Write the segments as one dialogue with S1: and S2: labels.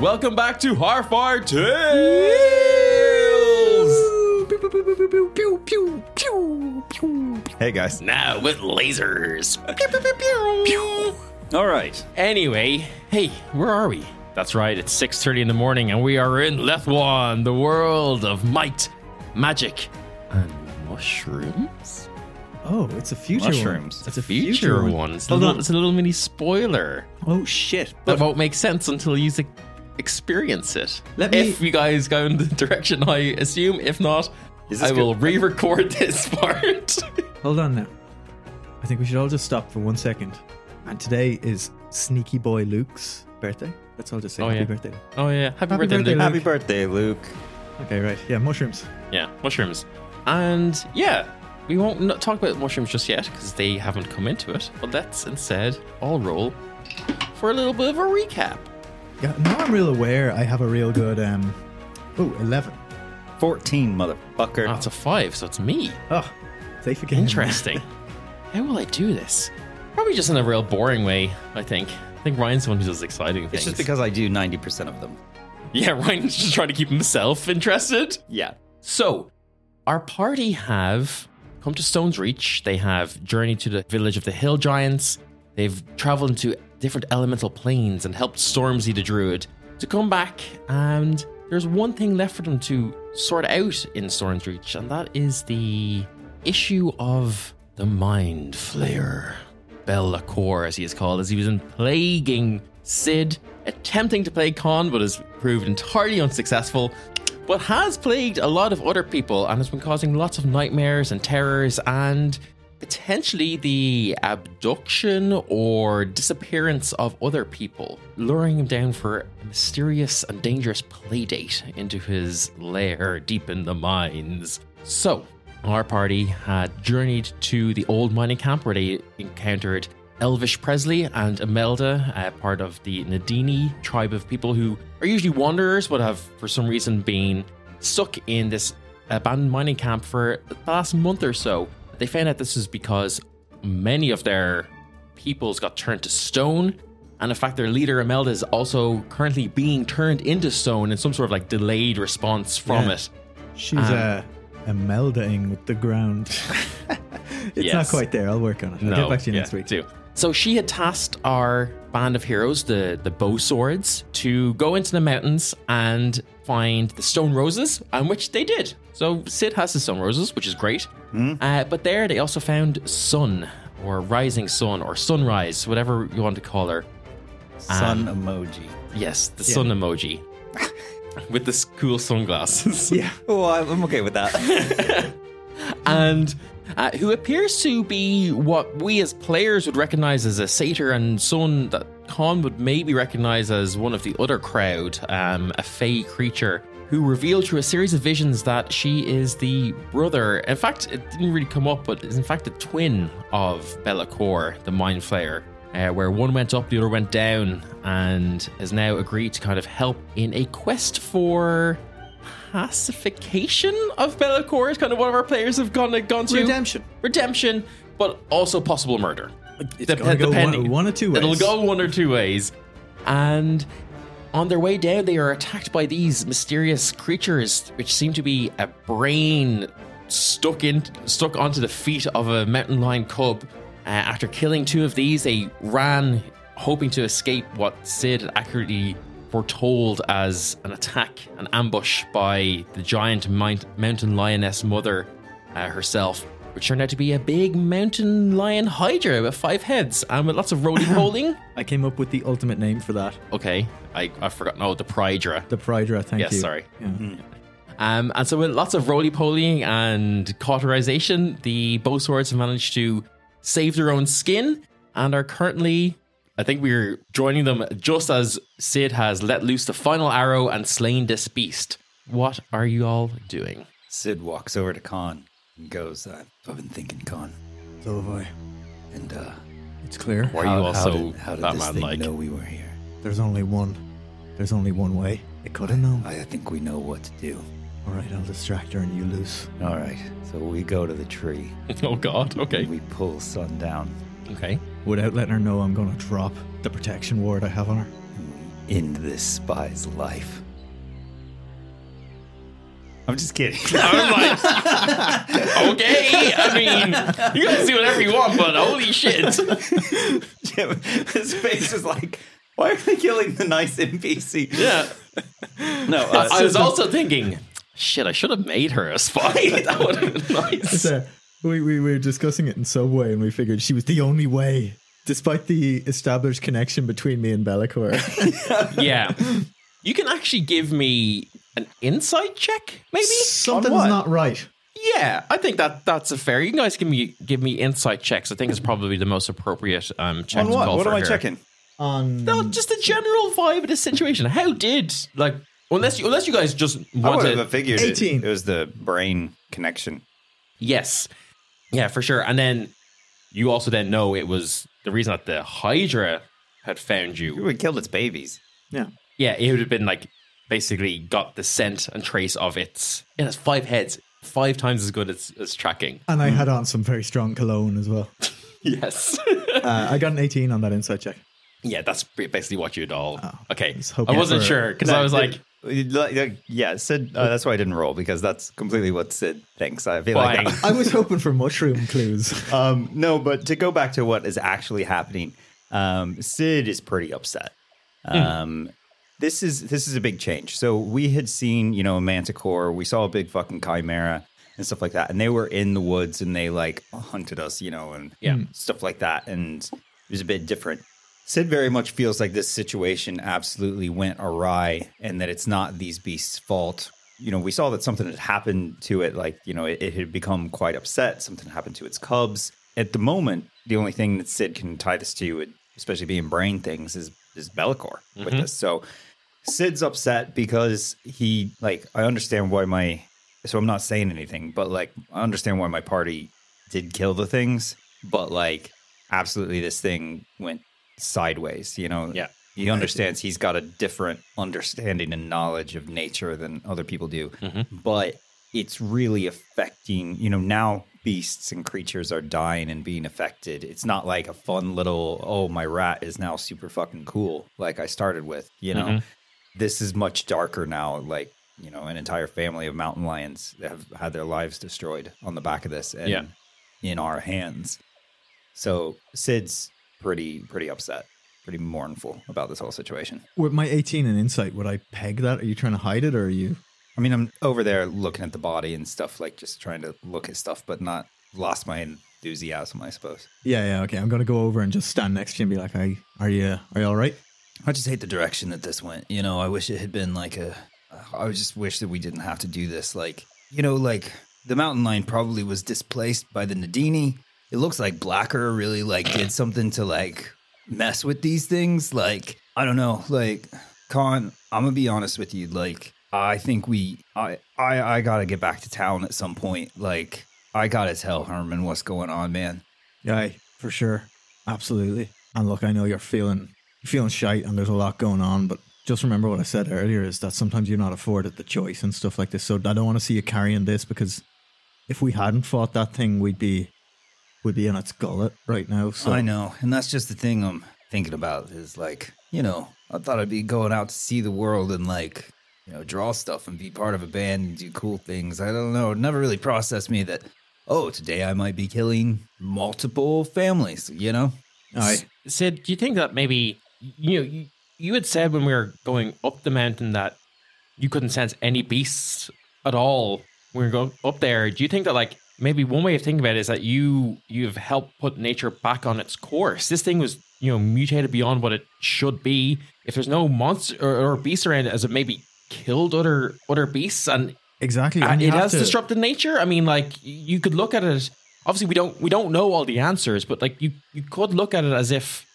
S1: Welcome back to Harfar Tales.
S2: Hey guys.
S3: Now with lasers.
S4: All right.
S3: Anyway, hey, where are we? That's right, it's 6.30 in the morning and we are in Lethwan, the world of might, magic, and mushrooms?
S2: Oh, it's a future
S4: Mushrooms.
S2: One. It's a
S3: Future
S2: one.
S3: one. It's a,
S2: Hold
S3: little,
S2: on.
S3: it's a little mini spoiler
S2: Oh shit.
S3: that
S2: But
S3: won't make sense until you se- experience it.
S2: Let me-
S3: If you guys go in the direction I assume, if not,
S4: Is this
S3: I will
S4: good?
S3: re-record this part.
S2: hold on now. I think we should all just stop for one second. And today is Sneaky Boy Luke's birthday. Let's all just say
S3: Oh,
S2: happy
S3: yeah.
S2: birthday.
S3: oh yeah, happy, birthday, Luke.
S2: birthday, Luke.
S4: Happy birthday, Luke.
S2: Okay, right. Yeah, mushrooms.
S3: Yeah, mushrooms. And yeah, we won't not talk about mushrooms just yet because they haven't come into it. But let's instead all roll for a little bit of a recap.
S2: Yeah, now I'm real aware I have a real good um Oh, 11.
S4: 14, motherfucker.
S3: Oh, it's a five, so it's me.
S2: Oh. Safe again.
S3: Interesting. How will I do this? Probably just in a real boring way, I think. I think Ryan's the one who does exciting things.
S4: it's just because I do 90% of them.
S3: Yeah, Ryan's just trying to keep himself interested.
S4: Yeah.
S3: So, our party have come to Stone's Reach. They have journeyed to the village of the Hill Giants. They've traveled into different elemental planes and helped Stormzy the Druid to come back. And there's one thing left for them to sort out in Stone's Reach, and that is the issue of the Mind Flayer. Bellacor, as he is called, as he was in plaguing Sid, attempting to play Khan, but has proved entirely unsuccessful, but has plagued a lot of other people and has been causing lots of nightmares and terrors and potentially the abduction or disappearance of other people, luring him down for a mysterious and dangerous playdate into his lair deep in the mines. So, our party had journeyed to the old mining camp where they encountered Elvish Presley and Imelda, uh, part of the Nadini tribe of people who are usually wanderers but have for some reason been stuck in this abandoned mining camp for the last month or so. They found out this is because many of their peoples got turned to stone. And in fact, their leader, Imelda, is also currently being turned into stone in some sort of like delayed response from
S2: Yeah.
S3: it.
S2: She's
S3: Uh-huh.
S2: uh melding with the ground. it's not
S3: Yes.
S2: quite there. I'll work on it. I'll
S3: No,
S2: get back to you
S3: yeah,
S2: next week.
S3: do. So she had tasked our band of heroes, the the bow swords, to go into the mountains and find the stone roses, and which they did. So Sid has the stone roses, which is great. Uh, but there they also found sun, or rising sun, or sunrise, whatever you want to call her.
S4: Sun
S3: Um,
S4: emoji.
S3: Yes, the sun emoji. With this cool sunglasses.
S2: Yeah.
S4: Oh, I- I'm okay with that.
S3: and uh, who appears to be what we as players would recognize as a satyr and someone that Khan would maybe recognize as one of the other crowd, um, a fey creature, who revealed through a series of visions that she is the brother. In fact, it didn't really come up, but is in fact the twin of Bellacor, the Mind Flayer. Uh, where one went up, the other went down, and has now agreed to kind of help in a quest for pacification of Bellacor is kind of one of our players have gone gone to
S4: Redemption.
S3: redemption, but also possible murder. It's
S2: gonna go one- one or two
S3: It'll
S2: ways.
S3: go one or two ways, and on their way down, they are attacked by these mysterious creatures, which seem to be a brain stuck in stuck onto the feet of a mountain lion cub. Uh, after killing two of these, they ran, hoping to escape what Sid had accurately foretold as an attack, an ambush by the giant mount, mountain lioness mother uh, herself, which turned out to be a big mountain lion hydra with five heads and with lots of roly poling.
S2: I came up with the ultimate name for that.
S3: Okay, I, I've forgotten. Oh, the Prydra.
S2: The Prydra, thank
S3: Yes,
S2: you.
S3: sorry.
S2: Yeah.
S3: Um, and so, with lots of roly polying and cauterization, the bow swords have managed to save their own skin and are currently. I think we're joining them just as Sid has let loose the final arrow and slain this beast. What are you all doing?
S4: Sid walks over to Khan and goes, I've I've been thinking, Khan.
S2: So have I.
S4: And, uh,
S2: It's clear.
S3: Or are you also that man like?
S4: know we were here?
S2: There's only one. There's only one way. It could have known.
S4: I I think we know what to do.
S2: All right, I'll distract her and you loose.
S4: All right, so we go to the tree.
S3: Oh, God.
S4: and
S3: Okay.
S4: We pull Sun down.
S3: Okay.
S2: Without letting her know, I'm gonna drop the protection ward I have on her.
S4: and we end this spy's life. I'm just kidding.
S3: I was like, okay. I mean, you guys do whatever you want, but holy shit.
S4: Jim, his face is like, why are they killing the nice NPC?
S3: Yeah.
S4: No, uh,
S3: I was also thinking, shit, I should have made her a spy. That would have been nice.
S2: So uh, we, we were discussing it in Subway and we figured she was the only way, despite the established connection between me and Bellicor.
S3: Yeah. You can actually give me an insight check, maybe?
S2: Something's
S4: On what?
S2: not right.
S3: Yeah, I think that that's a fair. You guys give me give me insight checks. I think it's probably the most appropriate um check
S4: on
S3: to
S4: what?
S3: call
S4: What
S3: for
S4: am I
S3: here.
S4: checking?
S2: On
S3: No, just the general vibe of the situation. How did like unless you unless you guys just
S4: I
S3: want
S4: would
S3: to
S4: have figured it-
S2: 18.
S4: It, was the brain connection.
S3: Yes. Yeah, for sure. And then you also then know it was the reason that the Hydra had found
S4: You
S3: you.
S4: would killed its babies.
S2: yeah,
S3: Yeah, it would have been like basically got the scent and trace of its it has five heads, five times as good as, as tracking.
S2: and I had on some very strong cologne as well.
S3: Yes.
S2: Uh, I got an 18 on that insight check.
S3: yeah, that's basically what you'd all. okay.
S2: was
S3: I
S2: hoping
S3: wasn't
S2: for-
S3: sure because
S4: No,
S3: I was
S4: it-
S3: like,
S4: it- like, like, yeah, Sid. Uh, that's why I didn't roll because that's completely what Sid thinks. I feel
S3: buying.
S4: like.
S2: I was hoping for mushroom clues.
S4: Um, no, but to go back to what is actually happening, um, Sid is pretty upset.
S3: Hmm.
S4: Um, This is this is a big change. So we had seen, you know, a manticore. We saw a big fucking chimera and stuff like that, and they were in the woods and they like hunted us, you know, and
S3: Yeah.
S4: stuff like that. And it was a bit different. Sid very much feels like this situation absolutely went awry, and that it's not these beasts' fault. You know, we saw that something had happened to it. Like, you know, it, it had become quite upset. Something happened to its cubs. At the moment, the only thing that Sid can tie this to, especially being brain things, is is Bellicor with this. So Sid's upset because he like I understand why my so I'm not saying anything, but like I understand why my party did kill the things, but like absolutely this thing went sideways, you know.
S3: Yeah.
S4: He understands he's got a different understanding and knowledge of nature than other people do.
S3: Mm-hmm.
S4: But it's really affecting, you know, now beasts and creatures are dying and being affected. It's not like a fun little, oh, my rat is now super fucking cool, like I started with, you know
S3: Mm-hmm.
S4: this is much darker now. Like, you know, an entire family of mountain lions have had their lives destroyed on the back of this and
S3: Yeah.
S4: in our hands. So Sid's pretty, pretty upset, pretty mournful about this whole situation.
S2: With my 18 and insight, would I peg that? Are you trying to hide it or are you?
S4: I mean, I'm over there looking at the body and stuff, like just trying to look at stuff, but not lost my enthusiasm, I suppose.
S2: Yeah, yeah, okay. I'm gonna go over and just stand next to you and be like, "Hey, are you are you all right?"
S4: I just hate the direction that this went. You know, I wish it had been like a. I just wish that we didn't have to do this. Like, you know, like the mountain lion probably was displaced by the Nadini. It looks like Blacker really like did something to like mess with these things. Like, I don't know. Like, Con, I'm gonna be honest with you. Like, I think we, I, I, I gotta get back to town at some point. Like, I gotta tell Herman what's going on, man.
S2: Yeah, aye, for sure, absolutely. And look, I know you're feeling you're feeling shite, and there's a lot going on, but just remember what I said earlier: is that sometimes you're not afforded the choice and stuff like this. So I don't want to see you carrying this because if we hadn't fought that thing, we'd be we'd be in its gullet right now. So
S4: I know, and that's just the thing I'm thinking about is like, you know, I thought I'd be going out to see the world and like, you know, draw stuff and be part of a band and do cool things. I don't know, it never really processed me that oh, today I might be killing multiple families, you know?
S2: Aye.
S3: Sid, do you think that maybe you know you, you had said when we were going up the mountain that you couldn't sense any beasts at all when we were going up there? Do you think that like maybe one way of thinking about it is that you you've helped put nature back on its course? This thing was you know mutated beyond what it should be. If there's no monster or, or beasts around, it, as it maybe killed other other beasts and
S2: exactly,
S3: uh,
S2: and you
S3: it
S2: have
S3: has
S2: to-
S3: disrupted nature. I mean, like y- you could look at it. Obviously, we don't we don't know all the answers, but like you you could look at it as if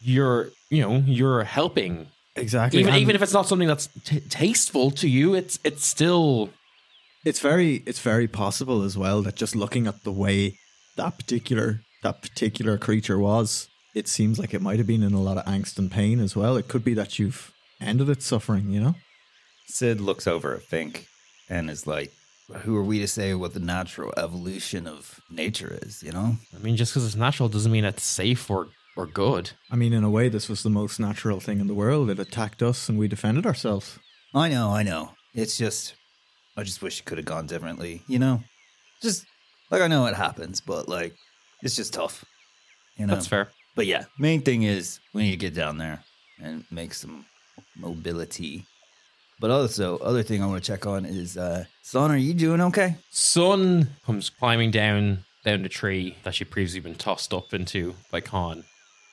S3: you're you know you're helping.
S2: exactly.
S3: Even
S2: and-
S3: even if it's not something that's t- tasteful to you, it's it's still
S2: It's very it's very possible as well that just looking at the way that particular that particular creature was, it seems like it might have been in a lot of angst and pain as well. It could be that you've ended its suffering, you know?
S4: Sid looks over at Fink and is like, who are we to say what the natural evolution of nature is, you know?
S3: I mean, just because it's natural doesn't mean it's safe or or good.
S2: I mean, in a way, this was the most natural thing in the world. It attacked us and we defended ourselves.
S4: I know, I know. It's just, I just wish it could have gone differently, you know? Just, like, I know it happens, but, like, it's just tough. You know?
S3: That's fair.
S4: But yeah, main thing is we need to get down there and make some mobility. But also, other thing I want to check on is, uh, son, are you doing okay?
S3: Sun comes climbing down down the tree that she'd previously been tossed up into by Khan.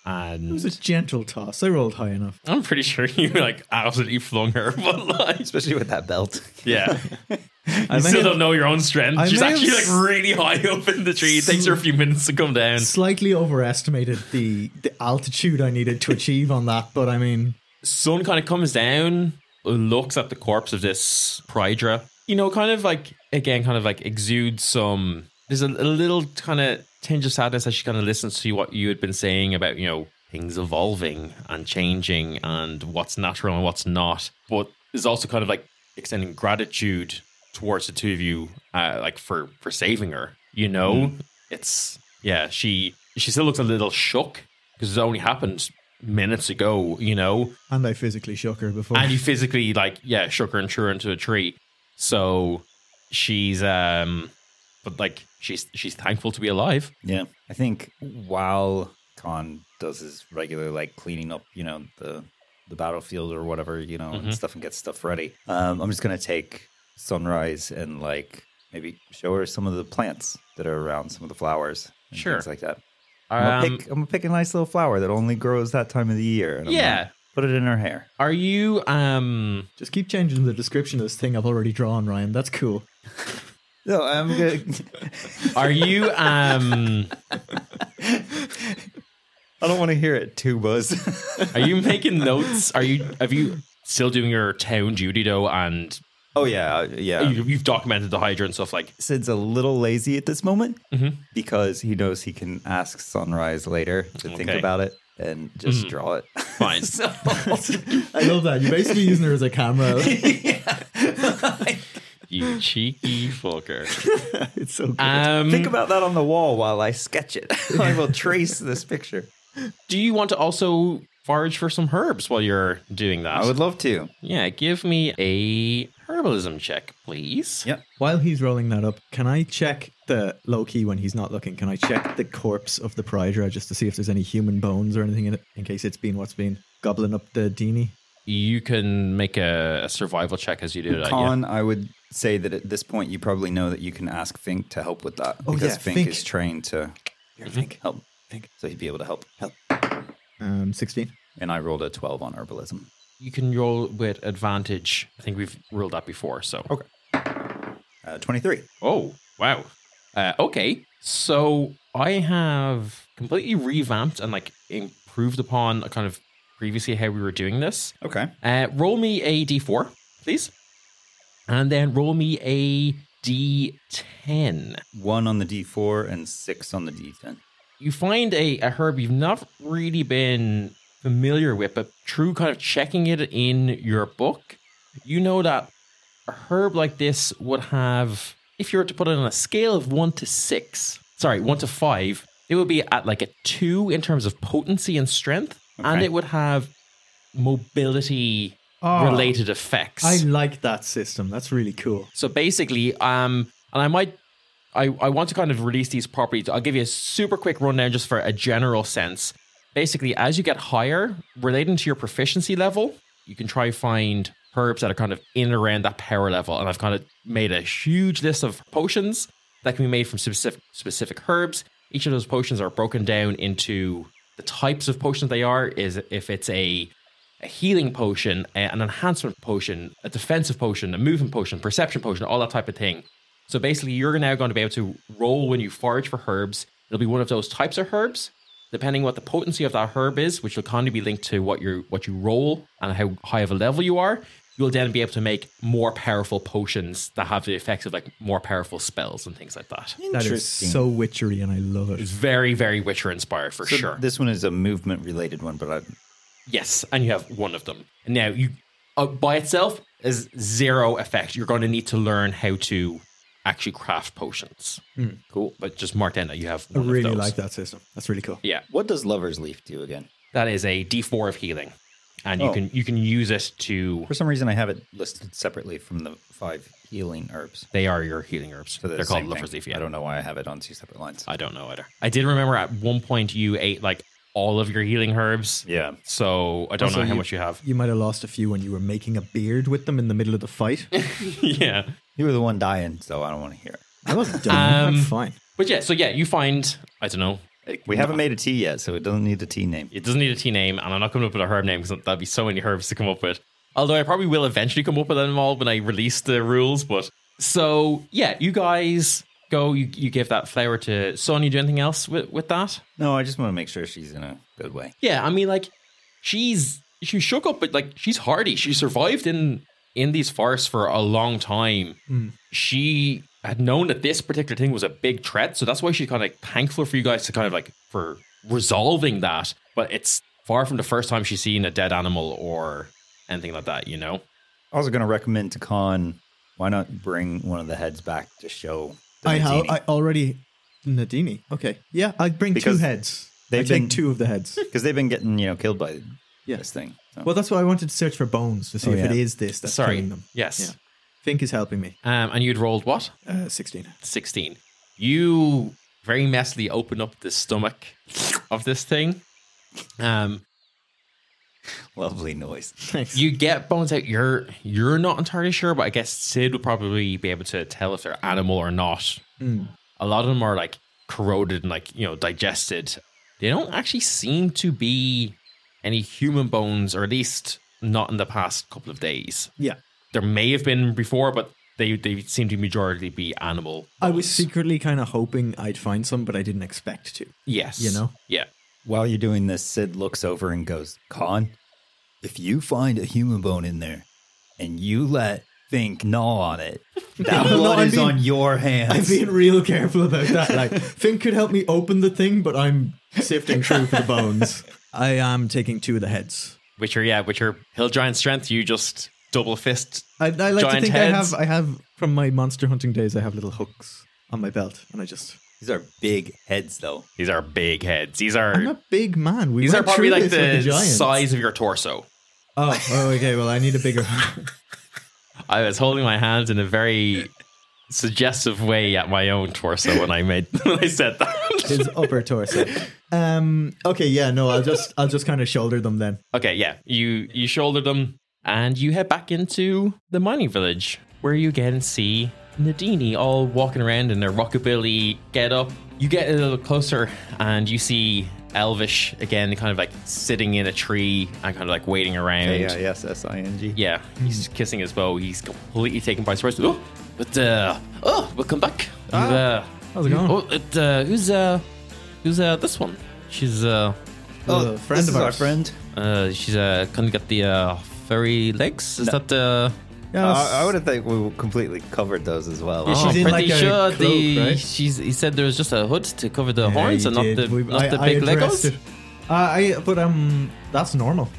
S2: It was
S3: And
S2: a gentle toss. I rolled high enough.
S3: I'm pretty sure you like absolutely flung her, but like
S4: Especially with that belt.
S3: Yeah.
S2: I
S3: You
S2: may
S3: still
S2: have
S3: don't know your own strength.
S2: I
S3: She's
S2: may have
S3: actually like
S2: s-
S3: really high up in the tree. It takes her a few minutes to come down.
S2: slightly overestimated the, the altitude I needed to achieve on that, but I mean,
S3: Sun kind of comes down, looks at the corpse of this Prydra. You know, kind of like, again, kind of like exudes some. There's a, a little kind of tinge of sadness as she kind of listens to what you had been saying about, you know, things evolving and changing and what's natural and what's not. But is also kind of like extending gratitude towards the two of you, uh, like for for saving her. You know, it's yeah. She she still looks a little shook because it only happened minutes ago. You know,
S2: and I physically shook her before.
S3: and you physically like yeah shook her and threw her into a tree so she's um but like she's she's thankful to be alive
S4: Yeah. I think while Khan does his regular like cleaning up, you know, the the battlefield or whatever, you know,
S3: Mhm.
S4: and stuff and get stuff ready. Um, I'm just gonna take sunrise and like maybe show her some of the plants that are around, some of the flowers. and
S3: Sure.
S4: Things like that. I'm,
S3: um,
S4: gonna pick, I'm gonna pick a nice little flower that only grows that time of the year. And I'm
S3: yeah
S4: gonna Put it in her hair.
S3: are you um
S2: Just keep changing the description of this thing I've already drawn, Ryan. That's cool.
S4: No, I'm gonna
S3: are you um
S4: I don't wanna hear it too buzz.
S3: are you making notes are you have you still doing your town duty though and
S4: oh yeah, yeah.
S3: you, you've documented the hydra and stuff like
S4: Sid's a little lazy at this moment
S3: Mm-hmm.
S4: because he knows he can ask Sunrise later to think
S3: Okay. Mm-hmm.
S4: about it and just draw it.
S3: fine
S2: I love that. You're basically using her as a camera.
S3: you cheeky fucker
S2: it's so good.
S3: um
S4: think about that on the wall while I sketch it. I will trace this picture.
S3: do you want to also forage for some herbs while you're doing that
S4: I would love to.
S3: Yeah, give me a herbalism check, please.
S4: Yeah.
S2: While he's rolling that up, can I check the low key when he's not looking? Can I check the corpse of the Prydra just to see if there's any human bones or anything in it in case it's been what's been gobbling up the Dini?
S3: You can make a, a survival check as you do that. Yeah.
S4: Con, I would say that at this point you probably know that you can ask Fink to help with that
S2: Oh,
S4: because
S2: yeah,
S4: Fink,
S2: Fink.
S4: is trained to
S2: Here, think.
S3: Mm-hmm.
S4: help.
S2: Fink.
S4: So he'd be able to help. Help.
S2: Um, 16.
S4: And I rolled a 12 on herbalism.
S3: You can roll with advantage. I think we've ruled that before. So.
S4: Okay. Uh, 23.
S3: Oh wow. Uh, okay, so I have completely revamped and like improved upon kind of previously how we were doing this.
S4: Okay.
S3: Uh, roll me a d4, please, and then roll me a d10.
S4: One on the D4 and six on the D10.
S3: you find a, a herb you've not really been familiar with, but true kind of checking it in your book, you know that a herb like this would have, if you were to put it on a scale of one to six, sorry, one to five, it would be at like a two in terms of potency and strength, and
S4: Okay.
S3: it would have mobility related effects.
S2: I like that system. That's really cool.
S3: So basically, um, and I might, I, I want to kind of release these properties. I'll give you a super quick rundown just for a general sense. Basically, as you get higher, relating to your proficiency level, you can try find herbs that are kind of in and around that power level. And I've kind of made a huge list of potions that can be made from specific specific herbs. Each of those potions are broken down into the types of potions they are. Is if it's a a healing potion, a- an enhancement potion, a defensive potion, a movement potion, perception potion, all that type of thing. So basically, you're now going to be able to roll when you forage for herbs. It'll be one of those types of herbs, depending what the potency of that herb is, which will kind of be linked to what you what you roll and how high of a level you are. You'll then be able to make more powerful potions that have the effects of like more powerful spells and things like that.
S2: That is
S4: Interesting.
S2: so witchery and I love it.
S3: It's very, very Witcher inspired for
S4: So
S3: sure.
S4: This one is a movement related one, but I,
S3: Yes, and you have one of them. Now you uh, by itself is zero effect. You're going to need to learn how to actually craft potions.
S2: Hmm.
S3: Cool. But just marked down that you have
S2: I
S3: one of
S2: really
S3: those.
S2: like that system. That's really cool.
S3: Yeah.
S4: What does Lover's Leaf do again?
S3: That is a D4 of healing. And you
S4: Oh.
S3: can you can use it to
S4: For some reason, I have it listed separately from the five healing herbs.
S3: they are your healing herbs.
S4: So
S3: they're
S4: the
S3: called
S4: same thing.
S3: lover's leaf. Yeah.
S4: I don't know why I have it on two separate lines.
S3: I don't know either. I did remember at one point you ate like all of your healing herbs.
S4: yeah.
S3: So I don't
S2: Also,
S3: know how
S2: you-
S3: much you have.
S2: You might have lost a few when you were making a beard with them in the middle of the fight.
S3: yeah.
S4: You were the one dying, so I don't want to hear it.
S2: I wasn't done. I'm
S3: Um,
S2: fine.
S3: But yeah, so yeah, you find I don't know.
S4: We haven't made a tea yet, so it doesn't need a tea name.
S3: It doesn't need a T name, and I'm not coming up with a herb name because that'd be so many herbs to come up with. Although I probably will eventually come up with them all when I release the rules. But so yeah, you guys go. You, you give that flower to Sonia. Do anything else with, with that?
S4: No, I just want to make sure she's in a good way.
S3: Yeah, I mean, like she's she shook up, but like she's hardy. She survived in in these forests for a long time.
S2: Hmm.
S3: She had known that this particular thing was a big threat, so that's why she's kind of like thankful for you guys to kind of like for resolving that. But it's far from the first time she's seen a dead animal or anything like that. You know,
S4: Also, going to recommend to Khan, why not bring one of the heads back to show? the
S2: I, ha-
S4: Medini?
S2: I already. Nadini. Okay. Yeah, I'd bring
S4: Because
S2: two heads. They
S4: they've
S2: take
S4: been-
S2: two of the heads.
S4: Because they've been getting, you know, killed by
S2: Yeah.
S4: this thing. So.
S2: well, that's why I wanted to search for bones to see
S4: Oh,
S2: if it
S4: yeah.
S2: is this that's
S3: sorry,
S2: killing them.
S3: yes,
S2: Fink is helping me.
S3: um, and you'd rolled what
S2: Uh, 16.
S3: sixteen. You very messily open up the stomach of this thing. Um,
S4: lovely noise.
S2: Thanks.
S3: you get bones out. You're you're not entirely sure, but I guess Sid would probably be able to tell if they're animal or not.
S2: Mm.
S3: A lot of them are like corroded and like you know digested. They don't actually seem to be any human bones, or at least not in the past couple of days.
S2: Yeah.
S3: There may have been before, but they they seem to majority be animal.
S2: I was
S3: bones.
S2: secretly kind of hoping I'd find some, but I didn't expect to.
S3: yes,
S2: you know?
S3: yeah.
S4: While you're doing this, Sid looks over and goes, Khan, if you find a human bone in there and you let Fink gnaw on it, that
S2: No,
S4: blood
S2: I'm
S4: is
S2: being-
S4: on your
S2: I'm
S4: hands.
S2: being real careful about that. Like, Fink could help me open the thing, but I'm sifting through for the bones. I am taking two of the heads.
S3: Which are yeah, which are hill giant strength. You just double fist.
S2: I, I like to
S3: Giant
S2: think
S3: heads.
S2: I have. I have from my monster hunting days. I have little hooks on my belt, and I just.
S4: These are big heads, though.
S3: These are big heads. These are
S2: I'm a big man. We
S3: These are
S2: went
S3: probably
S2: through
S3: like
S2: this with
S3: the
S2: Giants.
S3: size of your torso.
S2: Oh, oh, okay. Well, I need a bigger.
S3: I was holding my hands in a very suggestive way at my own torso when I made when I said that.
S2: his upper torso. Um. Okay. Yeah. No. I'll just. I'll just kind of shoulder them then.
S3: okay, yeah. You you shoulder them and you head back into the mining village where you again see Nadini all walking around in their rockabilly get up. You get a little closer and you see Elvish again kind of like sitting in a tree and kind of like waiting around.
S4: yes, S I N G.
S3: Yeah, he's kissing his bow. He's completely taken by surprise. Oh, but uh, oh, welcome back. And, uh,
S2: How's it going?
S3: Oh, it, uh, who's uh, who's uh, this one? She's uh,
S2: Oh, friend
S4: this
S2: of
S4: is our
S2: ours.
S4: friend.
S3: uh, she's uh, kind of got the uh, furry legs. Is that uh?
S2: Yeah,
S4: Uh, I would have thought we completely covered those as well. Oh.
S2: Yeah,
S3: I'm
S2: she's in,
S3: oh, pretty
S2: like, a
S3: sure
S2: cloak,
S3: the
S2: right?
S3: she's. He said there was just a hood to cover the horns
S2: you
S3: and not
S2: did.
S3: the
S2: We-
S3: not
S2: I-
S3: the
S2: I
S3: big Legos.
S2: addressed it. Uh, I. But um, that's normal.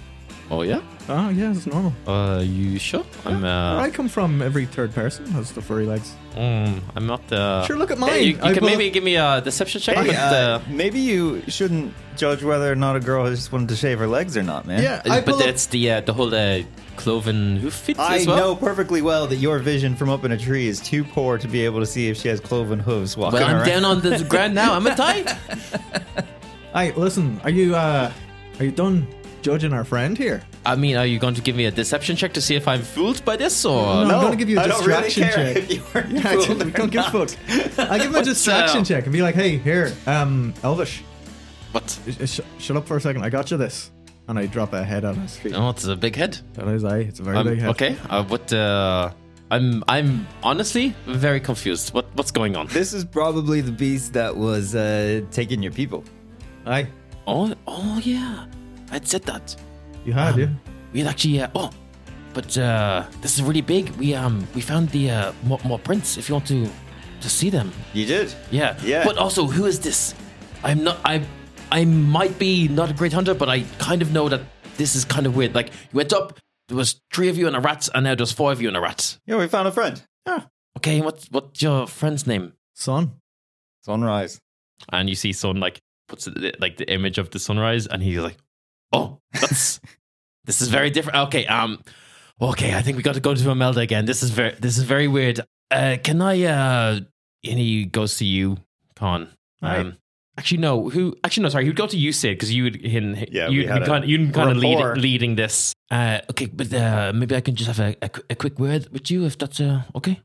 S3: Oh yeah.
S2: Oh yeah, it's normal.
S3: Uh, you sure? I'm.
S2: Where
S3: Uh,
S2: I come from, every third person has the furry legs.
S3: mm, I'm not. Uh,
S2: Sure, look at
S3: Hey,
S2: mine.
S3: you
S2: I
S3: you can
S2: bought-
S3: maybe give me a deception check.
S4: Hey,
S3: with
S4: uh,
S3: the-
S4: maybe you shouldn't judge whether or not a girl has just wanted to shave her legs or not, man.
S2: Yeah, I
S3: but
S2: pull up-
S3: that's the uh, the whole uh, cloven hoof fit
S4: I
S3: as well.
S4: know perfectly well that your vision from up in a tree is too poor to be able to see if she has cloven hooves walking
S3: Well, I'm
S4: around.
S3: down on the ground now. I'm a tie.
S2: Hey, listen. Are you uh, are you done judging our friend here?
S3: I mean, are you going to give me a deception check to see if I'm fooled by this or?
S2: No. I'm gonna give you a
S4: Oh, I don't really
S2: distraction
S4: care
S2: check.
S4: if you are
S2: Yeah, I
S4: fooled
S2: don't,
S4: or
S2: don't give a
S4: not.
S2: fuck. I give him a distraction
S3: hell?
S2: check and be like, "Hey, here, um, Elvish,
S3: What?
S2: sh- sh- shut up for a second. I got you this." And I drop a head on his feet.
S3: Oh, it's a big head.
S2: That is I. It's a very
S3: Um,
S2: big head.
S3: okay. Uh, what? Uh, I'm I'm honestly very confused. What what's going on?
S4: This is probably the beast that was uh, taking your people.
S2: Aye,
S3: Oh oh yeah, I'd said that.
S2: you had you.
S3: We'd actually uh, oh, but uh, this is really big. We um we found the uh, more, more prints. If you want to to see them,
S4: You did.
S3: Yeah.
S4: Yeah.
S2: uh,
S3: But also, who is this? I'm not. I. I might be not a great hunter, but I kind of know that this is kind of weird. Like you went up, there was three of you and a rat, and now there's four of you and a rat.
S4: Yeah, we found a friend.
S2: Ah,
S3: Okay, what's what's your friend's name?
S2: Son,
S4: Sunrise.
S3: And you see Sun like puts the, like the image of the sunrise, and he's like, "Oh, that's this is very different." Okay, um, okay, I think we got to go to Imelda again. This is very this is very weird. Uh, can I? uh And he goes to you, Con. Um, Actually no. Who? Actually no. Sorry. He'd go to you, Sid, because you would. Him,
S4: Yeah, we
S3: you'd
S4: had
S3: been
S4: a
S3: kind. You'd been kind of
S4: rapport.
S3: leading, leading this. Uh, okay, but uh, maybe I can just have a, a, qu- a quick word with you, if that's uh, okay.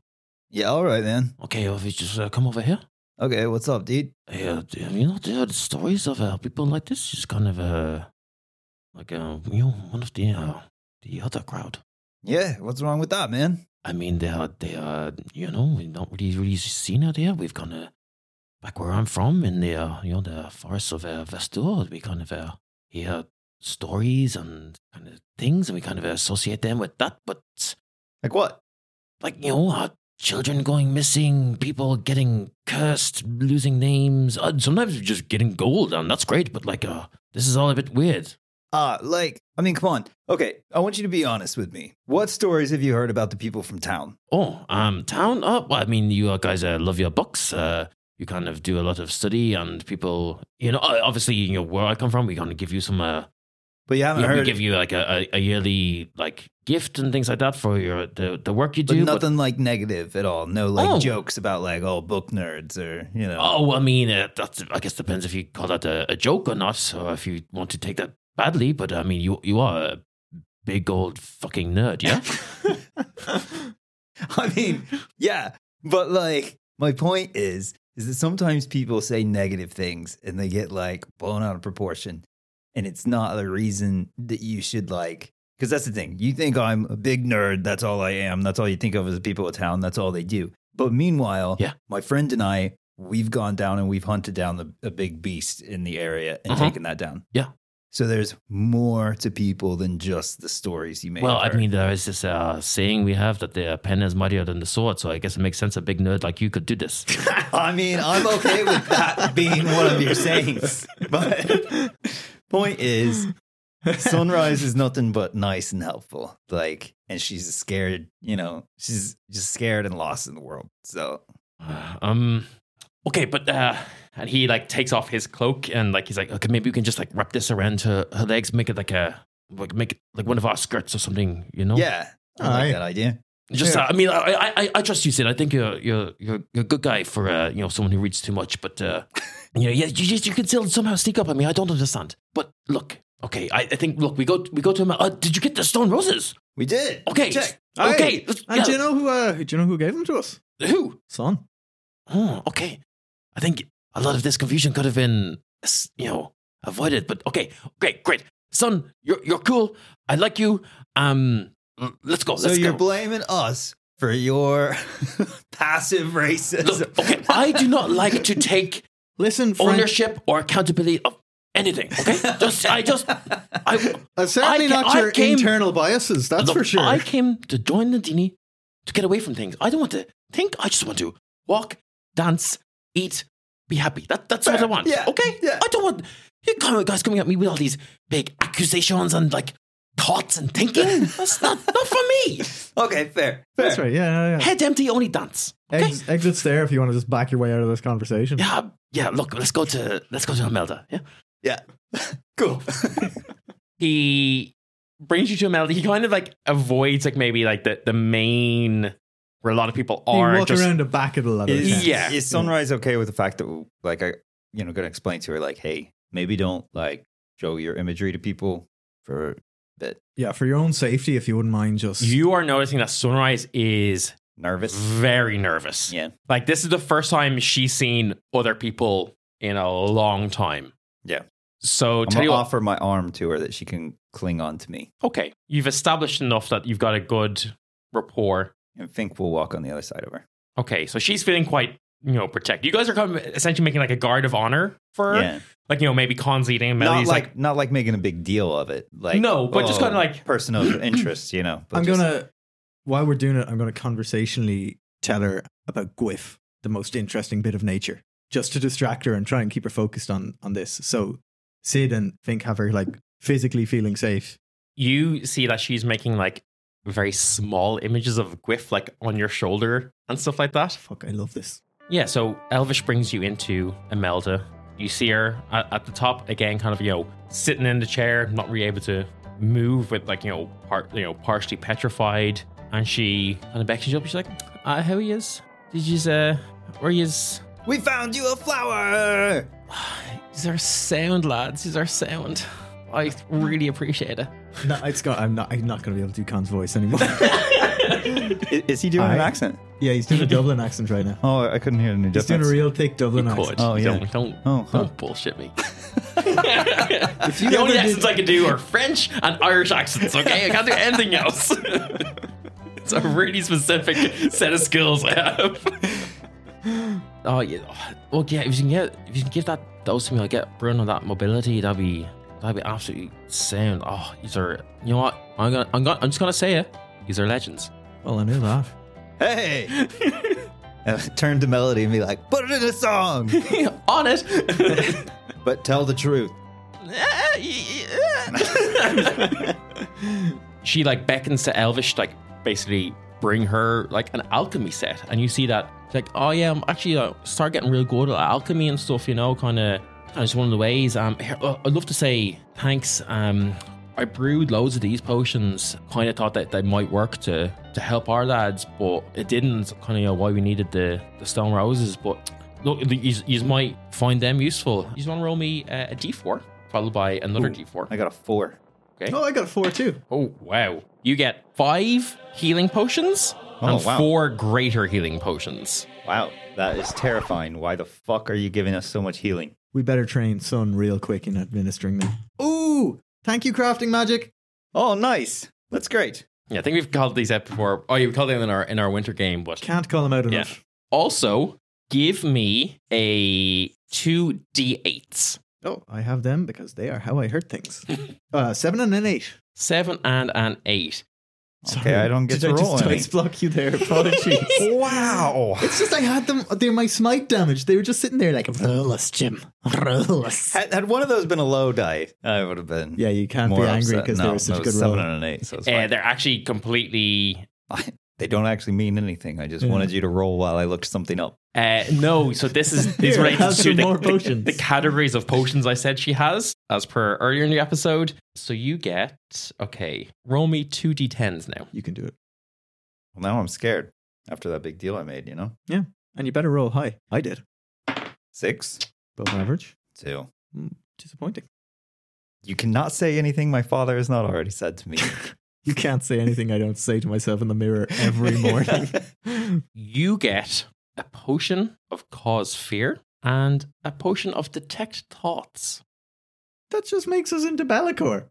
S4: Yeah, all right, man.
S3: Okay, well, if you just uh, come over here.
S4: Okay, what's up, dude?
S3: Yeah, d- you know, there are stories of uh, people like this. Just kind of uh, like uh, you know, one of the uh, the other crowd.
S4: Yeah, what's wrong with that, man?
S3: I mean, they are they are you know, we're not really really seen out here. We've kind of back where I'm from in the uh, you know the forest of uh, Vestur. We kind of uh, hear stories and kind of things, and we kind of associate them with that. But
S4: Like what?
S3: like you
S4: Oh.
S3: know, uh, children going missing, people getting cursed, losing names. Uh, sometimes you're just getting gold, and that's great. But like, uh, this is all a bit weird.
S4: Uh, like, I mean, come on. Okay, I want you to be honest with me. What stories have you heard about the people from town?
S3: Oh, um, town up. Well, I mean, you uh, guys uh, love your books. Uh, you kind of do a lot of study, and people, you know, uh, obviously, you know where I come from. We kind of give you some. Uh,
S4: But you haven't
S3: we- we
S4: heard
S3: give you like a, a, a yearly like gift and things like that for your the, the work you
S4: but
S3: do. but-
S4: nothing like negative at all. No like
S3: Oh.
S4: jokes about like oh book nerds or you know.
S3: Oh, I mean, uh, that's, I guess depends if you call that a, a joke or not, or if you want to take that badly. But I mean, you you are a big old fucking nerd, yeah.
S4: I mean, yeah, but like my point is is that sometimes people say negative things and they get like blown out of proportion and it's not the reason that you should like cuz that's the thing. You think I'm a big nerd, that's all I am. That's all you think of as people of town, that's all they do. But meanwhile,
S3: Yeah.
S4: my friend and I we've gone down and we've hunted down the, a big beast in the area and
S3: Uh-huh.
S4: taken that down.
S3: Yeah.
S4: So there's more to people than just the stories you may
S3: well,
S4: have
S3: I
S4: heard.
S3: mean, there is this uh, saying we have that the pen is mightier than the sword, so I guess it makes sense a big nerd like you could do this.
S4: I mean, I'm okay with that being one of your sayings. But point is, Sunrise is nothing but nice and helpful. Like, and she's scared, you know, she's just scared and lost in the world. So,
S3: um, okay, but uh, and he like takes off his cloak and like he's like, okay, maybe we can just like wrap this around her, her legs, make it like a like make it like one of our skirts or something, you know?
S4: yeah, I like
S2: Aye.
S4: that idea.
S3: Just,
S2: Yeah.
S3: uh, I mean, I, I, I- I trust you, Sid. I think you're, you're, you're, you're a good guy for, uh, you know, someone who reads too much. But, uh, you know, yeah, you just, you can still somehow sneak up. I mean, I don't understand. But look, okay, I, I think, look, we go, we go to him. Uh, did you get the stone roses?
S4: We did.
S3: Okay,
S4: Check.
S3: okay. let's-
S2: and do you know who? Uh, do you know who gave them to us?
S3: yeah. Who?
S2: Son.
S3: Oh, okay. I think a lot of this confusion could have been, s- you know, avoided. But okay, great, great, son, you're, you're cool. I like you. Um, l- let's go.
S4: So
S3: let's
S4: you're
S3: go.
S4: blaming us for your passive racism.
S3: Look, okay, I do not like to take
S2: Listen, Frank.
S3: ownership or accountability of anything. Okay, just I just I
S2: Uh, certainly
S3: I ca-
S2: not
S3: I
S2: your
S3: came-
S2: internal biases. That's
S3: look,
S2: for sure.
S3: I came to join the dini to get away from things. I don't want to think. I just want to walk, dance, eat, be happy. That that's what I want.
S4: Yeah,
S3: Okay.
S4: yeah.
S3: I don't want you come- guys coming at me with all these big accusations and like thoughts and thinking. That's not not for me.
S4: okay, fair. fair.
S2: That's right. Yeah, yeah, yeah.
S3: Head empty, only dance. Okay.
S2: Ex- exits there if you want to just back your way out of this conversation.
S3: Yeah. Yeah. Look, let's go to let's go to Imelda. Yeah.
S4: Yeah. cool.
S3: he brings you to a melody. He kind of like avoids like maybe like the, the main where a lot of people
S2: You
S3: are
S2: walk
S3: just
S2: around the back of the ladder.
S4: Is,
S3: Yeah.
S4: Is Sunrise okay with the fact that, like, I, you know, going to explain to her, like, hey, maybe don't, like, show your imagery to people for a bit.
S2: Yeah, for your own safety, if you wouldn't mind, just
S3: you are noticing that Sunrise is Mm-hmm.
S4: Nervous.
S3: very nervous.
S4: Yeah.
S3: Like this is the first time she's seen other people in a long time.
S4: Yeah.
S3: So
S4: I'm
S3: tell
S4: going
S3: you
S4: to
S3: what,
S4: offer my arm to her that she can cling on to me.
S3: okay, you've established enough that you've got a good rapport.
S4: And Fink will walk on the other side of her.
S3: Okay, so she's feeling quite you know protected. You guys are kind of essentially making like a guard of honor for her.
S4: Yeah.
S3: like you know maybe Khan's eating,
S4: Not
S3: Melody's
S4: like, not like making a big deal of it. Like,
S3: No, but just kinda like-
S4: person of interest, you know. But
S2: I'm
S4: just-
S2: gonna while we're doing it, I'm gonna conversationally tell her about Gwyff, the most interesting bit of nature, just to distract her and try and keep her focused on on this. So Sid and Fink have her like physically feeling safe.
S3: you see that she's making like very small images of Gwyff like on your shoulder and stuff like that.
S2: Fuck, I love this.
S3: Yeah, so Elvish brings you into Imelda. You see her at, at the top again, kind of you know sitting in the chair, not really able to move, but like you know part you know partially petrified. And she kind of beckons you up. She's like, uh, "How he is? Did you uh, where he is?
S4: We found you a flower.
S3: He's our sound, lads. He's our sound. I really appreciate it."
S2: No, it's got. I'm not. I'm not going to be able to do Khan's voice anymore.
S4: Is, he doing an
S2: I-
S4: accent?
S2: yeah, he's doing a Dublin accent right now.
S4: Oh, I couldn't hear any
S2: He's doing a
S4: difference.
S2: real thick Dublin
S3: Good.
S2: accent.
S4: Oh, yeah.
S3: Don't don't,
S4: Oh, huh.
S3: don't bullshit me.
S2: If you
S3: The only
S2: ever did-
S3: accents I can do are French and Irish accents, okay? I can't do anything else. it's a really specific set of skills I have. Oh yeah. Well yeah, if you can get if you can give that those to me, I'll get Bruno that mobility, that'd be that'd be absolutely sound. Oh, these are you know what? I'm gonna I'm gonna I'm just gonna say it. These are legends.
S2: well, I knew that.
S4: hey. and turn to Melody and be like, put it in a song,
S3: On it.
S4: but tell the truth.
S3: she like beckons to Elvish, to, like basically bring her like an alchemy set, and you see that she's like, oh yeah, I'm actually uh, start getting real good at alchemy and stuff, you know, kind of. And it's one of the ways. Um, here, uh, I'd love to say thanks. Um, I brewed loads of these potions. Kind of thought that they might work to to help our lads, but it didn't. Kind of you know, why we needed the the stone roses. But look, you, you might find them useful. You want to roll me uh, a d4 followed by another d4.
S4: I got a four.
S2: Oh, I got a four too.
S3: Oh wow! You get five healing potions and
S4: wow.
S3: four greater healing potions.
S4: Wow, that is terrifying. Why the fuck are you giving us so much healing?
S2: We better train Sun real quick in administering them. Ooh, thank you, crafting magic.
S4: Oh, nice. That's great.
S3: Yeah, I think we've called these out before. Oh, yeah, we called them in our in our winter game, but
S2: Can't call him out
S3: Yeah.
S2: enough.
S3: also give me a two d8s,
S2: Oh, I have them because they are how I heard things. uh, seven and an eight.
S3: seven and an eight.
S4: Okay, I don't get
S2: Did
S4: to
S2: I
S4: roll
S2: just
S4: any.
S2: dice block you there? Apologies.
S4: Wow.
S2: it's just I had them. They're my smite damage. They were just sitting there like roll us, Jim. Roll us.
S4: Had, had one of those been a low die, I would have been.
S2: Yeah, you can't
S4: more
S2: be angry
S4: upset.
S2: because
S4: no,
S2: they were such
S4: no,
S2: good
S4: seven
S2: roll.
S4: and an eight. So it's
S3: Uh,
S4: fine.
S3: they're actually completely
S4: they don't actually mean anything. I just
S2: Yeah.
S4: wanted you to roll while I looked something up.
S3: Uh, no, so this is these
S2: Here,
S3: relates
S2: have
S3: to
S2: some
S3: the,
S2: more
S3: the-
S2: potions.
S3: the categories of potions I said she has, as per earlier in the episode. So you get okay, roll me two d10s now.
S2: You can do it,
S4: Well, now I'm scared after that big deal I made. You know,
S2: and you better roll high. I did.
S4: six,
S2: Both average.
S4: two.
S2: Disappointing.
S4: You cannot say anything my father has not already said to me
S2: You can't say anything I don't say to myself in the mirror every morning.
S3: You get a potion of cause fear and a potion of detect thoughts.
S2: that just makes us into Balakor.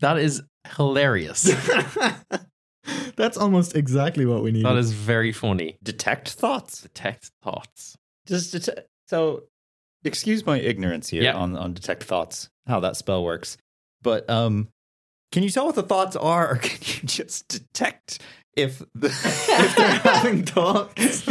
S3: That is hilarious.
S2: That's almost exactly what we need.
S3: that is very funny.
S4: Detect thoughts.
S3: Detect thoughts.
S4: Just det- so. Excuse my ignorance here
S3: Yeah.
S4: on on detect thoughts. How that spell works, but um, can you tell what the thoughts are, or can you just detect if the if they're having thoughts?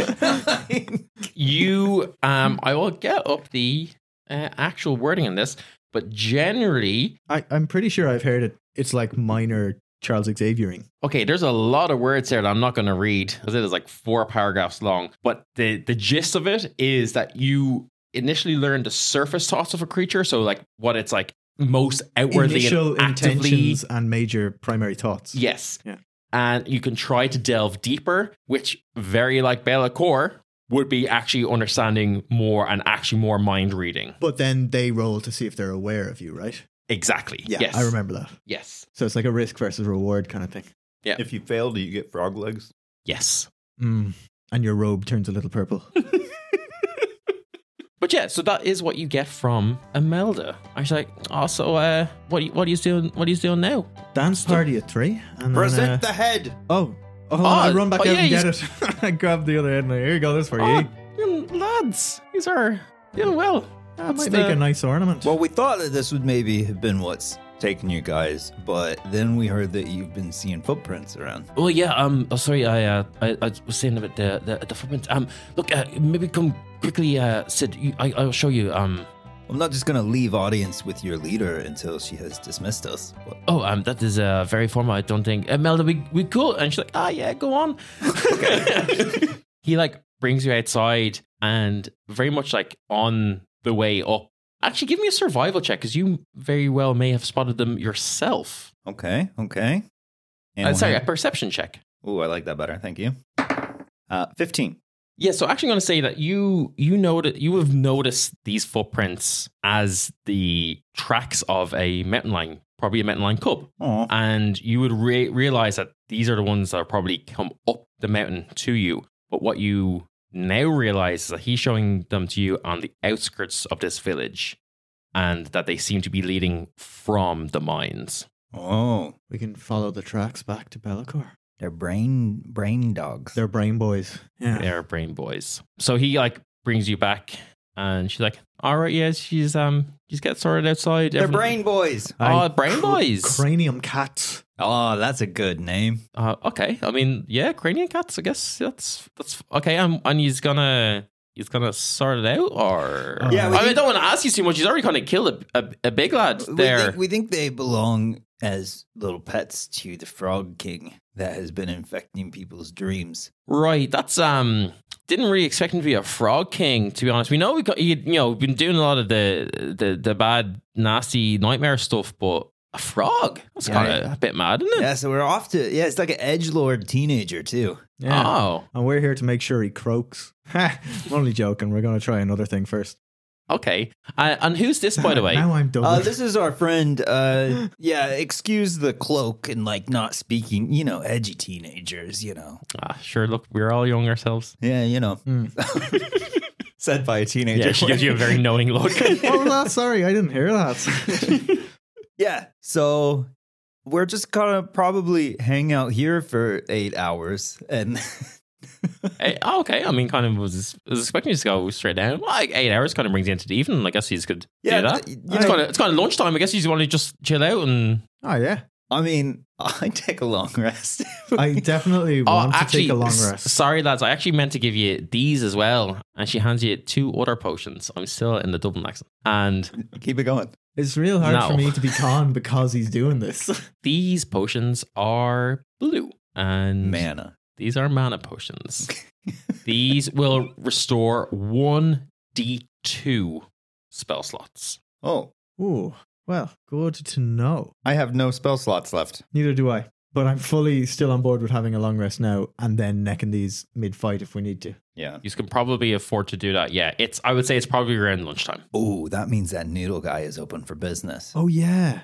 S3: you um i will get up the uh, actual wording in this but generally
S2: I, I'm pretty sure I've heard it. It's like minor Charles Xaviering.
S3: okay there's a lot of words here that i'm not going to read 'cause it is like four paragraphs long but the the gist of it is that you initially learn the surface thoughts of a creature so like what it's like most outwardly
S2: Initial
S3: and actively
S2: intentions and major primary thoughts.
S3: yes
S2: Yeah.
S3: and you can try to delve deeper which very like bella core would be actually understanding more and actually more mind reading
S2: But then they roll to see if they're aware of you, right?
S3: exactly yes
S2: I remember that.
S3: yes
S2: So it's like a risk versus reward kind of thing.
S4: if you fail, do you get frog legs?
S3: yes
S2: Mm. And your robe turns a little purple.
S3: But yeah, so that is what you get from Imelda. I was like, oh, so uh, what are you, what are you doing? What are you doing now?
S2: Dance party at three.
S4: Mm-hmm.
S2: And then, uh,
S4: the head.
S2: oh, oh, hold on,
S3: Oh,
S2: I run back
S3: oh,
S2: out
S3: yeah, Ah,
S2: and get it. I grab the other end. and I, Here you go. This for you.
S3: you lads, these are doing well.
S2: That might make a nice ornament.
S4: Well, we thought that this would maybe have been what's taken you guys, but then we heard that you've been seeing footprints around.
S3: Well, yeah. Um, oh, sorry, I, uh, I, I was saying about the the, the footprints. Um, look, uh, maybe come quickly, uh, Sid. You, I, I'll show you. Um,
S4: I'm not just going to leave audience with your leader until she has dismissed us. But
S3: oh, um, that is uh, very formal. I don't think uh, Melda, we we cool. And she's like, ah, yeah, go on. he like brings you outside and very much like on the way up. Actually, give me a survival check because you very well may have spotted them yourself.
S4: okay, okay. And
S3: Uh,
S4: we'll
S3: sorry, a
S4: hand-
S3: perception check.
S4: Ooh, I like that better. Thank you. Uh, 15.
S3: Yeah, so actually, I'm going to say that you you know that you have noticed these footprints as the tracks of a mountain lion, probably a mountain lion cub,
S4: Oh,
S3: and you would re- realize that these are the ones that are probably come up the mountain to you. But what you now realize is that he's showing them to you on the outskirts of this village, and that they seem to be leading from the mines.
S4: oh,
S2: We can follow the tracks back to Bellicor.
S4: they're brain brain dogs.
S2: They're brain boys. Yeah.
S3: They're brain boys. So he like brings you back, and she's like, "All right, yeah, she's um, she's get sorted outside.
S4: they're
S3: Everyone-
S4: brain boys.
S3: Oh,
S2: I-
S3: brain boys.
S2: Cranium cats.
S4: Oh, that's a good name.
S3: uh, okay, I mean, yeah, cranium cats. I guess that's that's okay. And and he's gonna he's gonna sort it out, or
S2: Yeah,
S3: I,
S4: we
S3: mean, I
S4: think-
S3: don't want to ask you too much. He's already kind of killed a, a, a big lad there.
S4: We think, we think they belong as little pets to the frog king that has been infecting people's dreams.
S3: Right, that's um. Didn't really expect him to be a frog king, to be honest. We know we got you, you know we've been doing a lot of the the the bad, nasty nightmare stuff, but a frog that's
S4: Yeah.
S3: kind of a bit mad, isn't it?
S4: Yeah, so we're off to yeah, it's like an edge lord teenager too.
S3: Oh,
S2: Ah. And we're here to make sure he croaks. I'm only joking. We're going to try another thing first.
S3: okay. Uh, and who's this, by the way?
S2: Now I'm done.
S4: Uh,
S2: with-
S4: this is our friend. Uh, yeah, excuse the cloak and like not speaking. You know, edgy teenagers. You know.
S3: Ah, sure. Look, we're all young ourselves.
S4: Yeah, you know.
S2: Hmm.
S4: Said by a teenager.
S3: Yeah, she gives you a very knowing look.
S2: what was Oh, that? Sorry, I didn't hear that.
S4: Yeah. So we're just gonna probably hang out here for eight hours, and
S3: Eh, oh, okay, I mean, kind of was, was expecting you to go straight down. Well, like eight hours kind of brings you into the evening. I guess he's could
S4: Yeah,
S3: do that.
S4: th- you
S3: it's
S4: know-
S3: kind of it's kind of lunchtime. I guess you want to just chill out and
S2: oh, yeah.
S4: I mean, I take a long rest.
S2: I definitely want to take a
S3: Oh,
S2: long
S3: s-
S2: rest.
S3: Sorry, lads. I actually meant to give you these as well. And she hands you two other potions. I'm still in the Dublin accent. And
S4: Keep it going.
S2: It's real hard
S3: No.
S2: for me to be con because he's doing this.
S3: these potions are blue. And
S4: Mana.
S3: these are mana potions. these will restore 1d2 spell slots.
S4: Oh,
S2: Ooh, well, good to know.
S4: I have no spell slots left.
S2: Neither do I. But I'm fully still on board with having a long rest now and then necking these mid fight if we need to.
S4: Yeah.
S3: You can probably afford to do that. Yeah, it's. I would say it's probably around lunchtime.
S4: Oh, that means that noodle guy is open for business.
S2: Oh, yeah.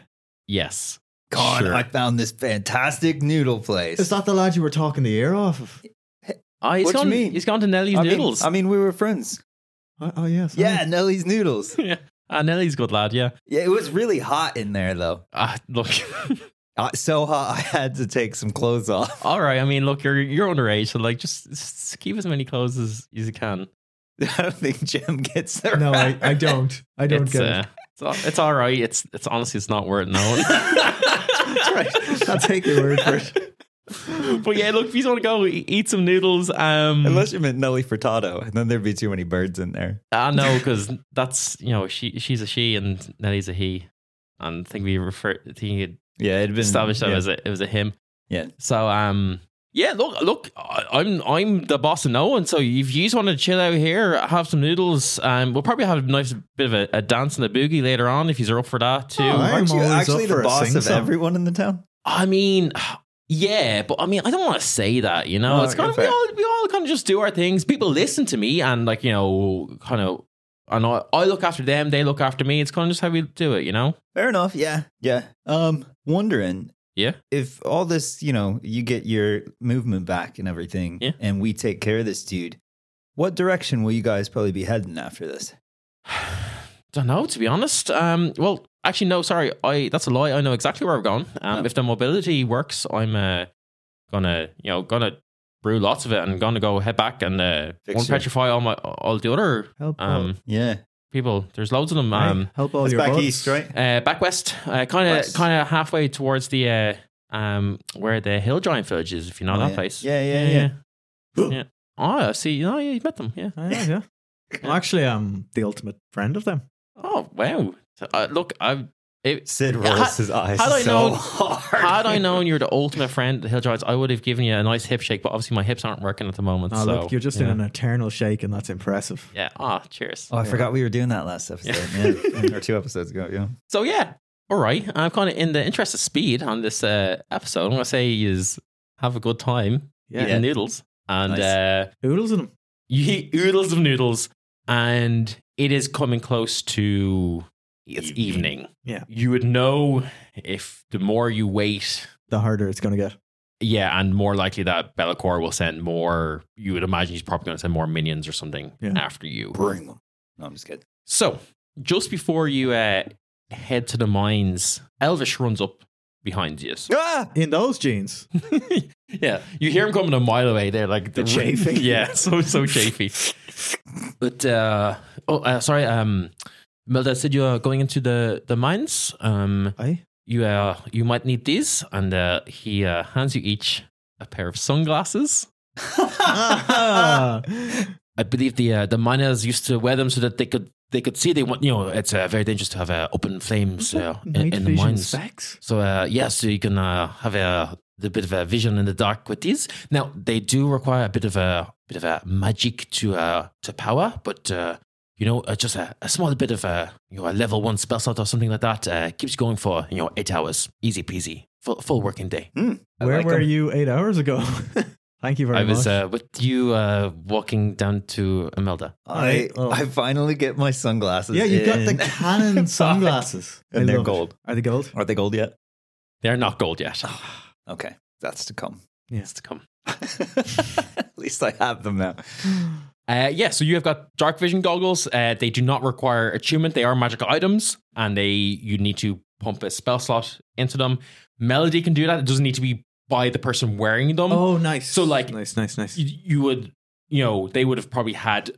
S3: Yes.
S4: God,
S3: Sure.
S4: I found this fantastic noodle place.
S2: Is that the lad you were talking the ear off of?
S3: Ah, he's
S4: What do you
S3: gone,
S4: mean?
S3: He's gone to Nelly's
S4: I mean-
S3: Noodles.
S4: I mean, we were friends.
S2: Oh, oh yes.
S4: Yeah, Nelly's noodles.
S3: yeah. Ah, Nelly's good lad. Yeah.
S4: Yeah, it was really hot in there though.
S3: Ah, look.
S4: Uh, so hot, I had to take some clothes off.
S3: All right. I mean, look, you're you're underage, so like, just, just keep as many clothes as, as you can.
S4: I don't think Jim gets there.
S2: No, I, I don't. I don't
S3: it's,
S2: get
S3: uh, it's all- it's all right. It's it's honestly, it's not worth knowing.
S4: That's
S3: uh,
S2: it. I'll take your word for it.
S3: but yeah, look, if you want to go e- eat some noodles, um,
S2: Mm.
S4: Unless you meant Nelly Furtado, and then there'd be too many birds in there.
S3: I know because that's you know she she's a she and Nelly's a he, and I think we refer I think you
S4: Yeah, it'd been
S3: established that
S4: yeah.
S3: it was a it was a him.
S4: Yeah.
S3: So um. Yeah, look, look, I- I'm I'm the boss of no one. So if you just want to chill out here, have some noodles, um, we'll probably have a nice bit of a, a dance and a boogie later on if you're up for that too.
S2: Oh,
S4: Aren't
S2: I'm
S4: you
S2: always up
S4: actually
S2: for
S4: the
S2: a
S4: boss of
S2: sing-song.
S4: everyone in the town?
S3: I mean, yeah, but I mean, I don't want to say that. You know,
S4: No,
S3: it's kind of
S4: okay,
S3: we
S4: fair.
S3: all we all kind of just do our things. People listen to me, and like you know, kind of, and I, I look after them, they look after me. It's kind of just how we do it. You know,
S4: Fair enough. Yeah, yeah. Um, wondering.
S3: Yeah.
S4: If all this, you know, you get your movement back and everything,
S3: Yeah.
S4: and we take care of this dude, what direction will you guys probably be heading after this?
S3: don't know to be honest. Um, well, actually, no, sorry, I that's a lie. I know exactly where we're going. Um,
S4: Oh.
S3: if the mobility works, I'm uh, gonna you know gonna brew lots of it and gonna go head back and uh,
S4: Fix Oh.
S3: won't
S4: your-
S3: petrify all my all the other
S2: Help all,
S3: um
S4: Yeah,
S3: people. There's loads of them.
S2: right?
S3: Um.
S2: help all
S4: it's
S2: your
S4: back
S2: buds.
S4: east, right?
S3: Uh, back west, kind of
S4: West.
S3: kind of halfway towards the uh, um where the hill giant village is. If you know
S4: Oh,
S3: that
S4: yeah.
S3: place,
S4: Yeah, yeah, yeah.
S3: yeah. Yeah. Oh, I see. Oh, yeah, you met them. Yeah.
S2: I know, yeah. I'm actually um the ultimate friend of them.
S3: Oh wow! Uh, look, I it,
S4: Sid rolls
S3: How-
S4: his eyes
S3: how'd I
S4: so
S3: know-
S4: hard.
S3: had I known you're the ultimate friend, at Hill Giants, I would have given you a nice hip shake. But obviously, my hips aren't working at the moment.
S2: Oh,
S3: so
S2: look, you're just
S3: yeah.
S2: in an eternal shake, and that's impressive.
S3: yeah. Ah, cheers.
S4: Oh, I forgot we were doing that last episode. Yeah. or two episodes ago, yeah.
S3: So yeah, all right. I'm kind of in the interest of speed on this uh, episode. I'm gonna say is have a good time
S2: Yeah.
S3: eating noodles and
S4: Nice.
S3: uh,
S2: Oodles in them.
S3: you eat oodles of noodles, and it is coming close to it's
S4: Evening.
S3: evening.
S2: Yeah.
S3: you would know if the more you wait
S2: The harder it's going to get.
S3: Yeah, and more likely that Bellicor will send more. You would imagine he's probably going to send more minions or something
S2: Yeah.
S3: after you.
S4: Bring them. No, I'm just kidding.
S3: So, just before you uh, head to the mines, Elvish runs up behind you.
S4: Ah!
S2: In those jeans.
S3: yeah, you hear him coming a mile away there, like
S2: The chafing.
S3: Yeah, so so chafy. but uh, oh, uh, sorry, um, Melda said you are going into the the mines. Um,
S2: Aye.
S3: you uh, you might need these, and uh, he uh, hands you each a pair of sunglasses.
S2: Ah.
S3: I believe the uh, the miners used to wear them so that they could they could see. They want you know it's uh, very dangerous to have uh, open flames uh, in,
S2: Night
S3: in the
S2: vision
S3: mines.
S2: specs.
S3: So uh, yeah, so you can uh, have a, a bit of a vision in the dark with these. Now they do require a bit of a bit of a magic to uh, to power, but uh, you know uh, just a, a small bit of a you know a level one spell slot or something like that uh, keeps going for you know eight hours, easy peasy, full full working day.
S4: I
S2: Where
S4: like
S2: were
S4: 'em.
S2: you eight hours ago? Thank you very
S3: I was
S2: much.
S3: uh, with you uh, walking down to Imelda.
S4: I,
S2: Oh.
S4: I finally get my sunglasses.
S2: yeah, you got the
S4: in.
S2: uh, Canon sunglasses. I
S4: and they're
S2: love it.
S4: gold.
S2: Are they gold?
S4: Are they gold yet?
S3: They're not gold yet.
S4: Ah, Okay, that's to come.
S3: It's to come.
S4: At least I have them now.
S2: Um,
S3: Uh, yeah, so you have got dark vision goggles. Uh, they do not require attunement. They are magical items, and they you need to pump a spell slot into them. Melody can do that. It doesn't need to be by the person wearing them.
S2: Oh, nice.
S3: So, like-
S2: nice, nice, nice.
S3: You, you would, you know, they would have probably had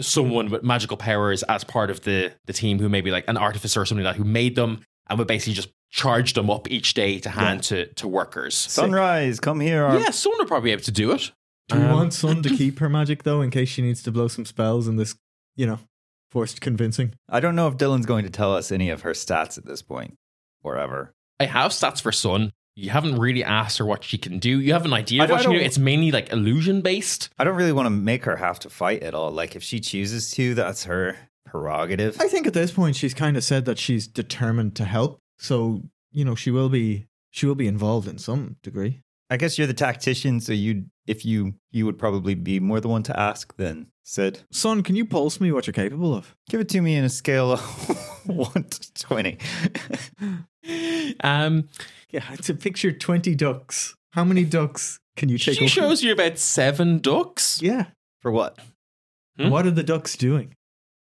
S3: someone with magical powers as part of the the team who maybe like an artificer or something like that who made them and would basically just charge them up each day to hand to to workers.
S4: Sunrise, come here.
S3: yeah, someone would probably be able to do it.
S2: Do you
S3: Um,
S2: want Sun to keep her magic though, in case she needs to blow some spells in this, you know, forced convincing?
S4: I don't know if Dylan's going to tell us any of her stats at this point or ever.
S3: I have stats for Sun. You haven't really asked her what she can do. You have an idea
S4: I
S3: of what
S4: don't-
S3: she can
S4: I
S3: do.
S4: don't-
S3: It's mainly like illusion based.
S4: I don't really want to make her have to fight at all. Like, if she chooses to, that's her prerogative.
S2: I think at this point she's kind of said that she's determined to help, so you know she will be she will be involved in some degree.
S4: I guess you're the tactician, so you, if you, you would probably be more the one to ask than Sid.
S2: Son, can you pulse me what you're capable of?
S4: Give it to me in a scale of one to twenty.
S3: Um,
S2: Yeah, it's a picture twenty ducks. How many ducks can you take?
S3: she
S2: away?
S3: shows you about seven ducks.
S2: Yeah.
S4: For what?
S3: Hmm?
S2: What are the ducks doing?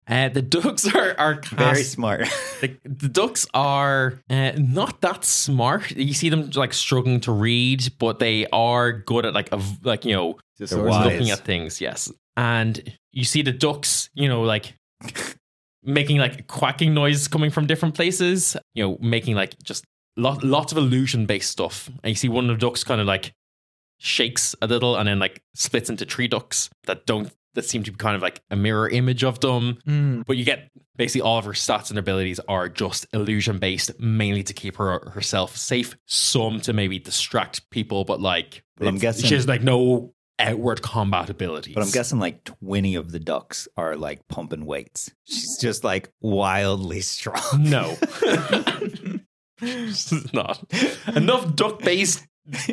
S3: Uh, the ducks are are
S4: Very
S3: cast.
S4: smart.
S3: The, the ducks are uh, not that smart. You see them like struggling to read, but they are good at like a, like you know
S4: Eyes.
S3: looking at things. Yes, and you see the ducks. You know, like making like quacking noise coming from different places. You know, making like just lot, lots of illusion based stuff. And you see one of the ducks kind of like shakes a little, and then like splits into three ducks that don't that seem to be kind of like a mirror image of them.
S2: Hmm,
S3: But you get basically all of her stats and abilities are just illusion based, mainly to keep her herself safe. Some to maybe distract people, but like
S4: But I'm
S3: it's-
S4: guessing-
S3: she has like no outward combat abilities.
S4: But I'm guessing like 20 of the ducks are like pumping weights. She's just like wildly strong.
S3: no, She's not enough duck based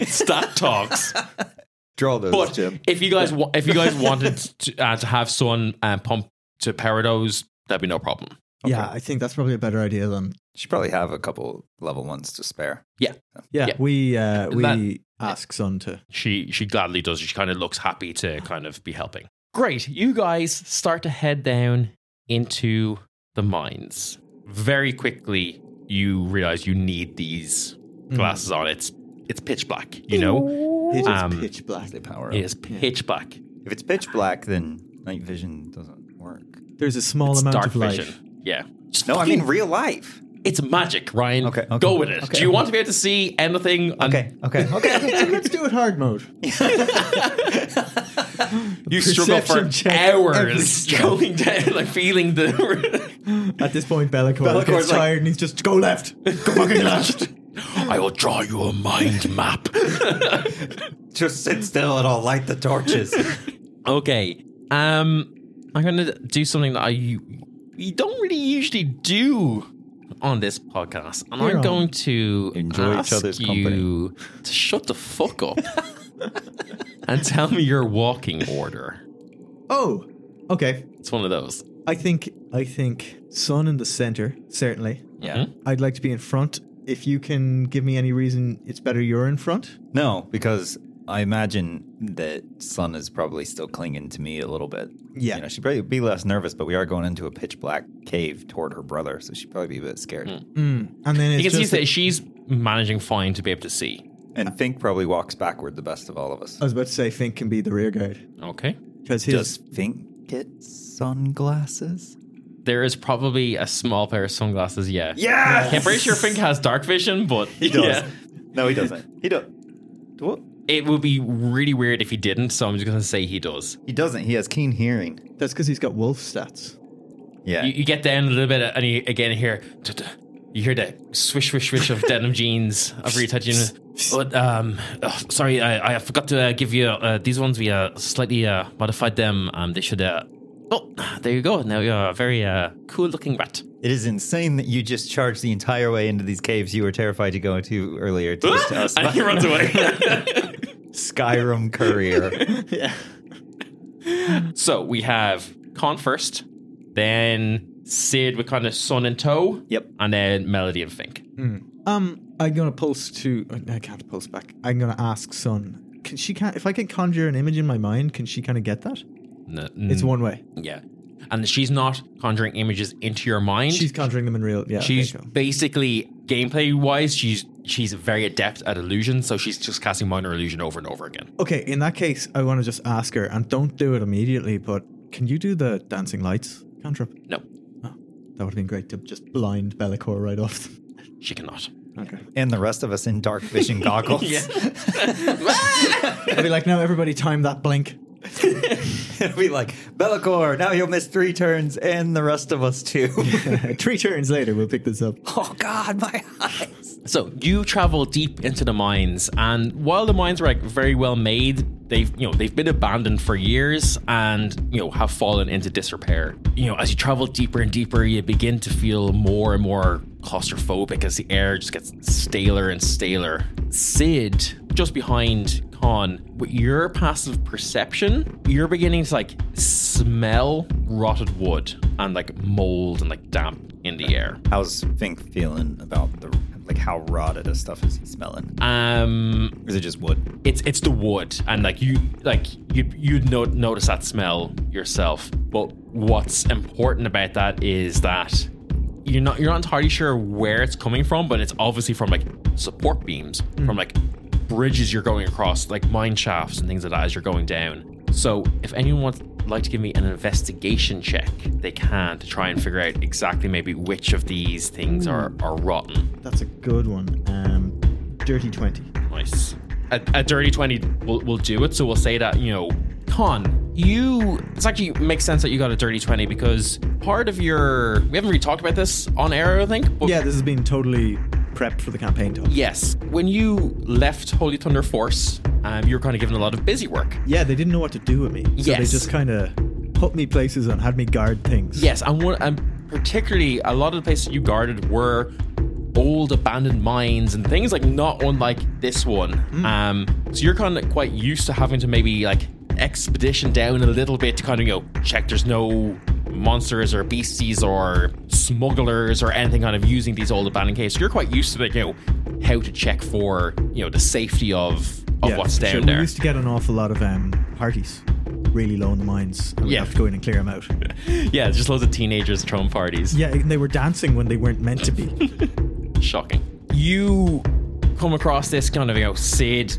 S3: stat talks.
S4: Draw those,
S3: But-
S4: Jim.
S3: If you guys wa- if you guys wanted to, uh, to have someone uh, pump to parados, that'd be no problem.
S2: Yeah, I think that's probably a better idea than.
S4: She probably have a couple level ones to spare.
S2: Yeah,
S3: Yeah.
S2: we uh, we
S3: That-
S2: ask Sun to.
S3: she she gladly does. She kind of looks happy to kind of be helping. Great. You guys start to head down into the mines. Very quickly, you realize you need these
S4: Mm.
S3: glasses on. It's it's pitch black, you know?
S2: It is
S3: Um,
S2: pitch black.
S4: They power up.
S3: It is pitch black.
S4: If it's pitch black, then night vision doesn't work.
S2: There's a small
S3: It's
S2: amount
S3: dark
S2: of light.
S3: vision. Yeah. Just
S4: No, I
S3: fucking-
S4: mean real life.
S3: it's magic, Ryan.
S4: Okay, okay,
S3: Go with it.
S4: okay.
S3: Do you want to be able to see anything? on-
S4: Okay, okay, okay.
S2: Let's do it hard mode.
S1: You struggle for
S2: Perception check.
S3: hours going down, like feeling the.
S2: At this point, Bellacore
S4: Bellacore's
S2: gets
S4: like-
S2: tired and he's just go left, go fucking left.
S3: I will draw you a mind map.
S4: Just sit still and I'll light the torches.
S3: Okay. Um, I'm gonna do something that I you don't really usually do on this podcast, and
S2: You're
S3: I'm
S2: on.
S3: going to
S4: Enjoy each
S3: ask
S4: other's
S3: you
S4: company.
S3: to shut the fuck up and tell me your walking order.
S2: Oh, okay.
S3: It's one of those.
S2: I think I think Sun in the center certainly.
S4: Yeah.
S3: Hmm?
S2: I'd like to be in front. If you can give me any reason, it's better you're in front.
S4: No, because I imagine that Sun is probably still clinging to me a little bit.
S2: Yeah.
S4: You know, she'd probably be less nervous, but we are going into a pitch black cave toward her brother, so she'd probably be a bit scared.
S3: Hmm.
S2: And then it's
S3: You can see
S2: just
S3: that she's managing fine to be able to see.
S4: And Fink probably walks backward the best of all of us.
S2: I was about to say Fink can be the rear guard
S3: Okay.
S2: because his
S4: Does Fink get sunglasses?
S3: There is probably a small pair of sunglasses, yeah.
S4: Yeah.
S3: I'm pretty sure Fink has dark vision, but
S4: He does.
S3: Yeah.
S4: No, he doesn't. He don't. What?
S3: It would be really weird if he didn't, so I'm just gonna say he does.
S4: He doesn't. He has keen hearing.
S2: that's because he's got wolf stats.
S4: Yeah.
S3: You, you get down a little bit, and you again hear "Tut-tut." you hear that swish, swish, swish of denim jeans every touching. But um, oh, sorry, I, I forgot to uh, give you uh, these ones. We uh, slightly uh, modified them. Um, they should. Uh, oh, there you go. Now you're a very uh, cool looking rat.
S4: it is insane that you just charged the entire way into these caves you were terrified to go into earlier to just us.
S3: And he runs away.
S4: Skyrim courier.
S3: so we have Con first, then Sid with kind of Sun and Toe.
S4: Yep.
S3: And then Melody and Fink.
S2: Um, I'm gonna pulse to. I can't pulse back. I'm gonna ask Sun. Can she can not if I can conjure an image in my mind? Can she kind of get that?
S3: No,
S2: It's one way.
S3: Yeah. And she's not conjuring images into your mind.
S2: She's conjuring them in real. Yeah, okay,
S3: She's
S2: cool.
S3: basically gameplay wise, she's she's very adept at illusion, so she's just casting minor illusion over and over again.
S2: Okay, in that case, I want to just ask her, and don't do it immediately, but can you do the dancing lights cantrip?
S3: No,
S2: Oh, that would have been great to just blind Bellicor right off.
S3: she cannot.
S2: Okay.
S4: and the rest of us in dark vision goggles.
S2: I'd be like, now everybody time that blink.
S4: It'll be like, Bellicor, now you'll miss three turns and the rest of us too.
S2: Three turns later, we'll pick this up.
S4: oh, God, my eyes.
S3: So you travel deep into the mines, and while the mines were like very well made, they've you know they've been abandoned for years and you know have fallen into disrepair. You know, as you travel deeper and deeper, you begin to feel more and more claustrophobic as the air just gets staler and staler. Sid, just behind Con, with your passive perception, you're beginning to like smell rotted wood and like mold and like damp in the air.
S4: How's Fink feeling about the, like, how rotted a stuff is he smelling?
S3: Um,
S4: Or is it just wood?
S3: it's it's the wood and like you like you you'd no- notice that smell yourself but what's important about that is that you're not you're not entirely sure where it's coming from but it's obviously from like support beams from like bridges you're going across like mine shafts and things like that as you're going down so if anyone wants like to give me an investigation check they can to try and figure out exactly maybe which of these things are are rotten
S2: That's a good one. Um, dirty 20.
S3: Nice. A, a dirty 20 will, will do it. So we'll say that, you know, Con, you. It's actually makes sense that you got a dirty 20 because part of your. We haven't really talked about this on air, I think. But
S2: Yeah, this has been totally prepped for the campaign talk.
S3: Yes. When you left Holy Thunder Force, um, you were kind of given a lot of busy work.
S2: Yeah, they didn't know what to do with me. So they
S3: Yes.
S2: just kind of put me places and had me guard things.
S3: Yes, and one, and particularly a lot of the places you guarded were old abandoned mines and things like not unlike this one.
S2: Mm.
S3: Um, so you're kind of quite used to having to maybe like expedition down a little bit to kind of go check. There's no monsters or beasties or smugglers or anything kind of using these old abandoned caves. So you're quite used to like you know how to check for you know the safety of of
S2: Yeah,
S3: what's
S2: for
S3: down
S2: sure. We
S3: there.
S2: used to get an awful lot of um, parties, really low in the mines, and we
S3: Yeah.
S2: have to go in and clear them out.
S3: yeah, just loads of teenagers throwing parties.
S2: yeah, and they were dancing when they weren't meant to be.
S3: shocking. You come across this kind of you know Sid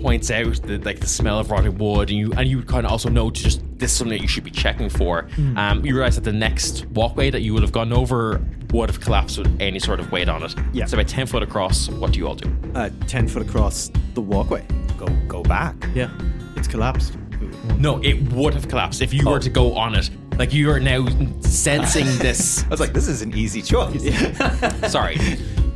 S3: points out the, like the smell of rotted wood, and you and you kind of also know to just this is something that you should be checking for. Um, you realize that the next walkway that you would have gone over would have collapsed with any sort of weight on it.
S2: Yeah.
S3: it's about ten foot across. What do you all do?
S2: uh, Ten foot across the walkway.
S4: Go, go back.
S2: Yeah, it's collapsed.
S3: No, it would have collapsed if you were to go on it. Like you are now sensing this.
S4: I was like, this is an easy choice.
S3: Sorry,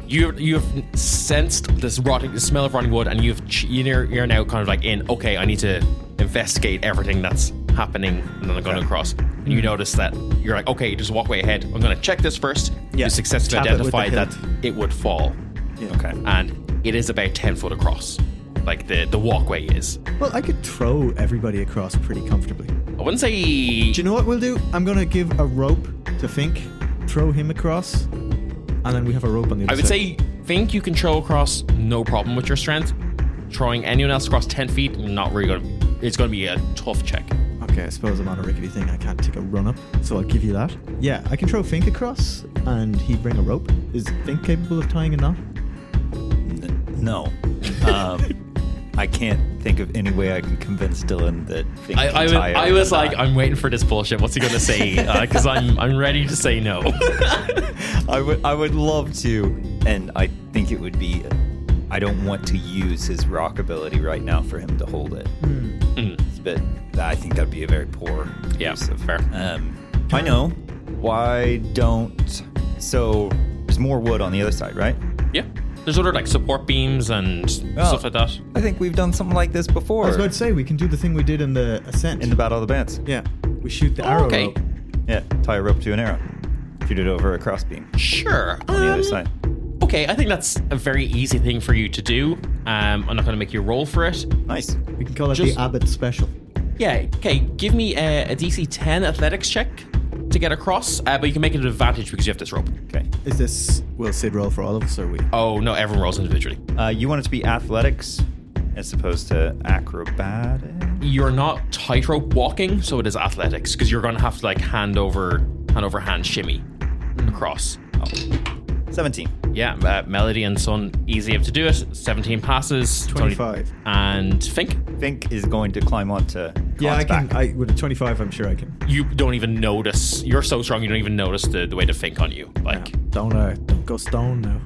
S3: you you have sensed this rotting the smell of rotting wood, and you've ch- you're, you're now kind of like in. Okay, I need to investigate everything that's happening, and then I'm going across. And
S4: Mm.
S3: you notice that you're like, okay, just walk way ahead. I'm going to check this first.
S4: Yeah.
S3: You successfully
S4: Tap it with the
S3: identified
S4: hilt.
S3: that it would fall,
S4: Okay.
S3: and it is about ten foot across. Like the the walkway is.
S2: Well, I could throw everybody across pretty comfortably.
S3: I wouldn't say
S2: Do you know what we'll do? I'm gonna give a rope to Fink, throw him across, and then we have a rope on the other
S3: I would say
S2: side.
S3: think you can throw across no problem with your strength. Throwing anyone else across ten feet, not really gonna it's gonna be a tough check.
S2: Okay, I suppose I'm on a rickety thing. I can't take a run up, so I'll give you that. Yeah, I can throw Fink across, and he bring a rope. Is Fink capable of tying a knot?
S4: N- no. Um, I can't think of any way I can convince Dylan that Fink
S3: I,
S4: can
S3: I, was,
S4: tie it
S3: I
S4: or
S3: was
S4: not.
S3: like, I'm waiting for this bullshit. What's he gonna say? Because I'm I'm ready to say no.
S4: I would I would love to, and I think it would be. I don't want to use his rock ability right now for him to hold it.
S2: Hmm.
S3: Mm.
S4: It's a bit. I think that'd be a very poor.
S3: Yeah,
S4: use of-
S3: fair.
S4: Um, I know. Why don't? So there's more wood on the other side, right?
S3: yeah, there's other like support beams and
S4: Oh.
S3: stuff like that.
S4: I think we've done something like this before
S2: I was about to say we can do the thing we did in the Oh, ascent.
S4: in the Battle of the Bands.
S2: yeah, we shoot the arrow
S3: okay.
S2: rope.
S4: Yeah, tie a rope to an arrow, shoot it over a crossbeam
S3: Sure.
S4: on the
S3: um,
S4: other side.
S3: Okay, I think that's a very easy thing for you to do. Um, I'm not gonna make you roll for it.
S4: Nice.
S2: We can call it
S3: Just-
S2: the Abbott special.
S3: Yeah, okay, give me a, a DC 10 athletics check to get across, uh, but you can make it an advantage because you have this rope.
S4: Okay.
S2: Is this will Sid roll for all of us, or we?
S3: Oh, no, everyone rolls individually.
S4: Uh, you want it to be athletics as opposed to acrobatics.
S3: You're not tightrope walking, so it is athletics because you're going to have to like hand over hand over hand shimmy across.
S4: 17.
S3: Yeah, uh, Melody and Sun easy enough to do it. 17 passes. It's only-
S2: 25.
S3: And Fink,
S4: Fink is going to climb onto
S2: Yeah, I
S4: Khan's
S2: can.
S4: back.
S2: I with a 25, I'm sure I can.
S3: you don't even notice. You're so strong, you don't even notice the, the way to Fink on you. Like,
S2: Don't uh, don't go stone now.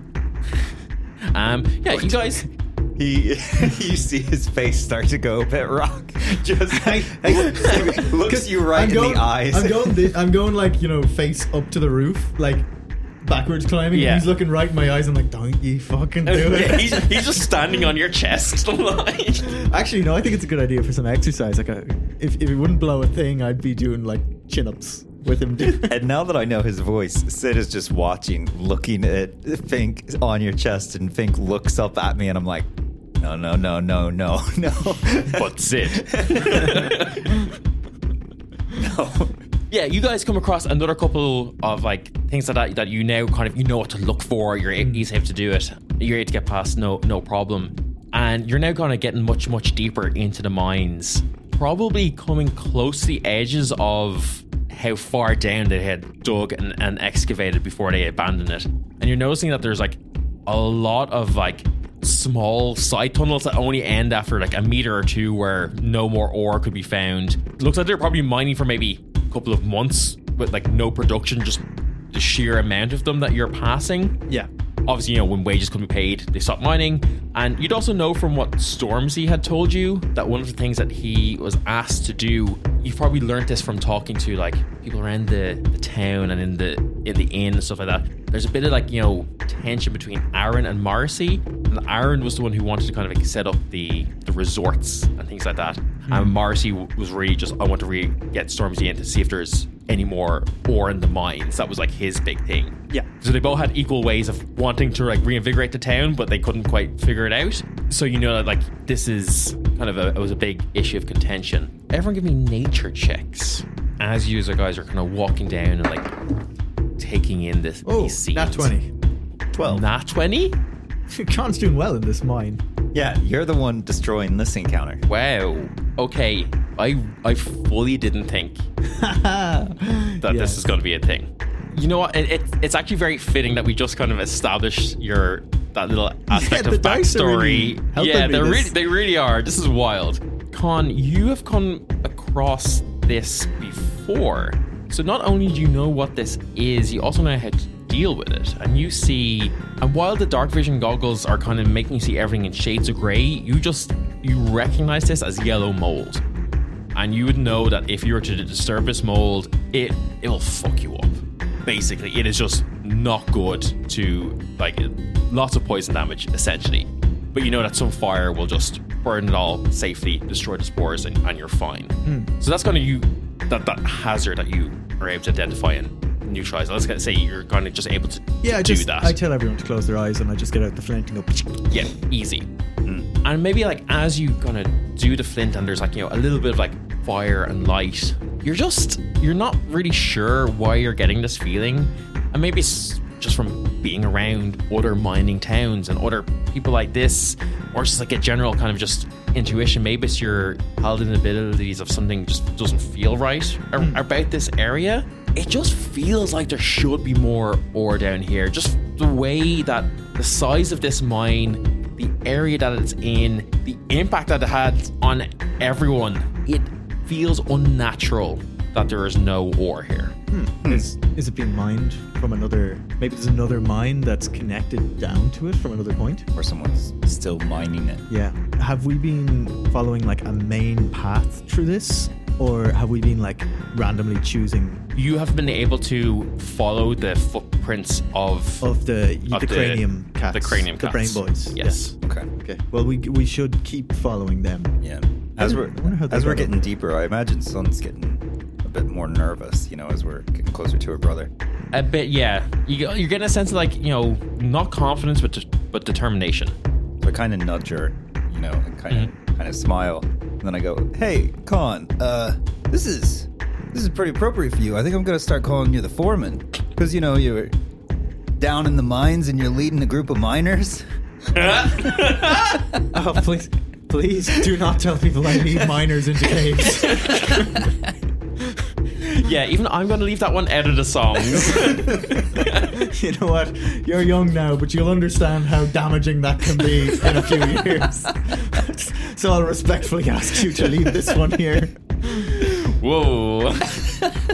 S3: um, yeah, you guys.
S4: He, you see his face start to go a bit rock. Just hey, looks you right in the eyes.
S2: I'm going. thi- I'm going like you know, face up to the roof, like backwards climbing.
S3: Yeah.
S2: And he's looking right in my eyes. I'm like, don't you fucking do
S3: Yeah,
S2: it.
S3: he's, he's just standing on your chest. like.
S2: Actually, no. I think it's a good idea for some exercise. Like, uh, if if it wouldn't blow a thing, I'd be doing like chin ups with him. doing-
S4: and now that I know his voice, Sid is just watching, looking at Fink on your chest, and Fink looks up at me, and I'm like, no, no, no, no, no, no.
S3: But Sid.
S4: no.
S3: yeah, you guys come across another couple of like things like that that you now kind of you know what to look for. You're a- easy able to do it. You're able to get past no no problem, and you're now kind of getting much much deeper into the mines, probably coming close to the edges of how far down they had dug and, and excavated before they abandoned it. And you're noticing that there's like a lot of like small side tunnels that only end after like a meter or two where no more ore could be found. Looks like they're probably mining for maybe a couple of months with like no production, just the sheer amount of them that you're passing.
S2: yeah.
S3: Obviously, you know, when wages couldn't be paid, they stopped mining. And you'd also know from what Stormzy had told you that one of the things that he was asked to do, you've probably learned this from talking to like people around the, the town and in the in the inn and stuff like that. There's a bit of like, you know, tension between Aaron and Marcy. And Aaron was the one who wanted to kind of like set up the the resorts and things like that. And Marcy w- was really just, I want to really get Stormzy in to see if there's any more ore in the mines. That was like his big thing.
S2: Yeah.
S3: So they both had equal ways of wanting to like reinvigorate the town, but they couldn't quite figure it out. So you know that like this is kind of a it was a big issue of contention. Everyone give me nature checks as you as guys are kind of walking down and like taking in this.
S2: Oh,
S3: these scenes.
S2: not 20.
S4: 12.
S3: Nat twenty.
S2: Khan's doing well in this mine.
S4: Yeah, you're the one destroying this encounter.
S3: Wow. Okay. I I fully didn't think that
S2: Yeah.
S3: this is going to be a thing. You know what? It, it, it's actually very fitting that we just kind of established your that little aspect
S2: Yeah,
S3: of
S2: the dice are really
S3: backstory.
S2: helping
S3: yeah,
S2: me
S3: they
S2: this-
S3: really they really are. This is wild. Con, you have come across this before, so not only do you know what this is, you also know how to deal with it. And you see, and while the dark vision goggles are kind of making you see everything in shades of gray, you just you recognize this as yellow mold and you would know that if you were to disturb this mold, it it will fuck you up. Basically, it is just not good to like lots of poison damage essentially. But you know that some fire will just burn it all safely, destroy the spores, and, and you're fine.
S2: Hmm.
S3: So that's going to you that that hazard that you are able to identify and neutralize. Let's say you're going to just able to,
S2: Yeah,
S3: to
S2: I
S3: do
S2: just,
S3: that.
S2: I tell everyone to close their eyes and I just get out the flint and go.
S3: Yeah, easy. And maybe like as you kind of do the flint and there's like, you know, a little bit of like fire and light, you're just, you're not really sure why you're getting this feeling. And maybe it's just from being around other mining towns and other people like this, or it's just like a general kind of just intuition. Maybe it's your paladin abilities of something just doesn't feel right ar- about this area. It just feels like there should be more ore down here. Just the way that the size of this mine the area that it's in, the impact that it had on everyone. It feels unnatural that there is no ore here.
S2: Is, is it being mined from another? Maybe there's another mine that's connected down to it from another point.
S4: or someone's still mining it.
S2: Yeah. Have we been following like a main path through this, or have we been like randomly choosing
S3: You have been able to follow the footprints of,
S2: of the
S3: of
S2: the, cranium cats,
S3: the cranium
S2: the
S3: cats.
S2: brain boys?
S3: Yes.
S4: Okay.
S2: Yeah. Okay. Well, we we should keep following them.
S4: Yeah. As we're
S2: I wonder how they
S4: as we're
S2: got up.
S4: getting deeper, I imagine Sun's getting a bit more nervous. You know, as we're getting closer to her brother.
S3: A bit, yeah. You, go- you're getting a sense of like you know, not confidence, but de- but determination.
S4: So I kind of nudge her, you know, and kind of
S2: Mm-hmm.
S4: kind of smile. And then I go, "Hey, Con, uh, this is this is pretty appropriate for you. I think I'm gonna start calling you the foreman because you know you're down in the mines and you're leading a group of miners.
S2: Oh, please, please do not tell people I lead miners into caves.
S3: Yeah, even I'm going to leave that one out of the songs.
S2: you know what? You're young now, but you'll understand how damaging that can be in a few years. so I'll respectfully ask you to leave this one here.
S3: Whoa.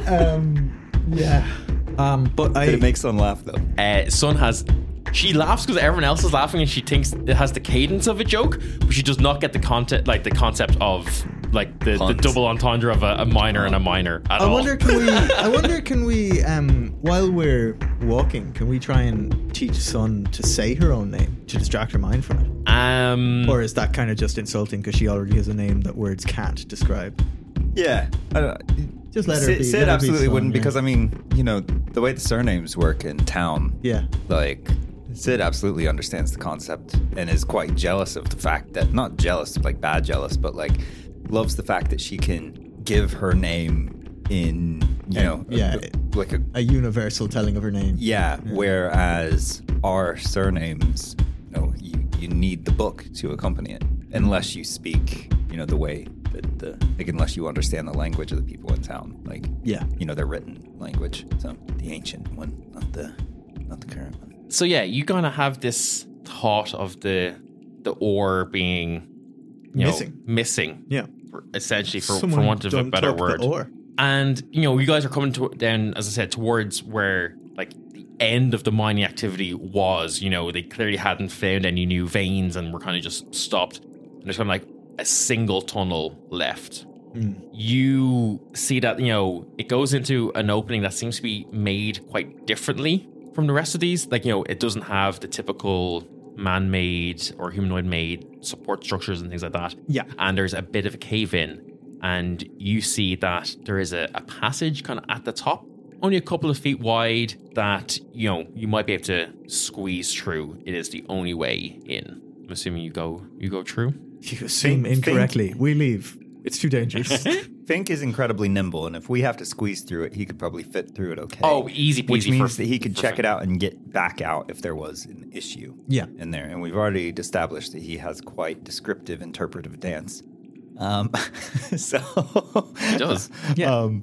S2: Um, yeah. Um, but I
S4: It makes Sun laugh though.
S3: uh, Sun has. She laughs because everyone else is laughing, and she thinks it has the cadence of a joke, but she does not get the content, like the concept of like the, the
S4: Puns.
S3: double entendre of a, a minor and a minor at
S2: I
S3: all.
S2: wonder can we I wonder can we um while we're walking can we try and teach Sun to say her own name to distract her mind from it
S3: um,
S2: or is that kind of just insulting because she already has a name that words can't describe
S4: Yeah, I don't.
S2: Just let her
S4: Sid,
S2: be-
S4: Sid
S2: let her be
S4: absolutely
S2: Sun,
S4: wouldn't
S2: yeah.
S4: because I mean, you know, the way the surnames work in town.
S2: yeah
S4: like Sid absolutely understands the concept and is quite jealous of the fact that not jealous like bad jealous but like loves the fact that she can give her name in you know a-
S2: yeah.
S4: like a
S2: a universal telling of her name
S4: yeah whereas our surnames you know you, you need the book to accompany it unless you speak you know the way that the like unless you understand the language of the people in town like
S2: yeah
S4: you know their written language so the ancient one not the not the current one
S3: so yeah, you kind of have this thought of the the ore being you know,
S2: Missing.
S3: missing,
S2: yeah
S3: for- essentially for, for
S2: Someone
S3: want of a
S2: don't
S3: better
S2: talk the
S3: word.
S2: or.
S3: and you know you guys are coming to down as i said towards where like the end of the mining activity was you know they clearly hadn't found any new veins and were kind of just stopped and there's kind of like a single tunnel left you see that you know it goes into an opening that seems to be made quite differently from the rest of these like you know it doesn't have the typical man-made or humanoid-made support structures and things like that
S2: Yeah.
S3: and there's a bit of a cave in and you see that there is a, a passage kind of at the top only a couple of feet wide that you know you might be able to squeeze through it is the only way in i'm assuming you go you go through
S2: You assume
S4: Think-
S2: incorrectly. We leave. It's too dangerous.
S4: Fink is incredibly nimble, and if we have to squeeze through it, he could probably fit through it okay.
S3: Oh, easy
S4: Which
S3: peasy
S4: means
S3: for-
S4: that he could
S3: for
S4: check
S3: Fink.
S4: it out and get back out if there was an issue
S2: Yeah.
S4: in there. And we've already established that he has quite descriptive interpretive dance. Um, so he
S3: does.
S2: Yeah.
S4: Um,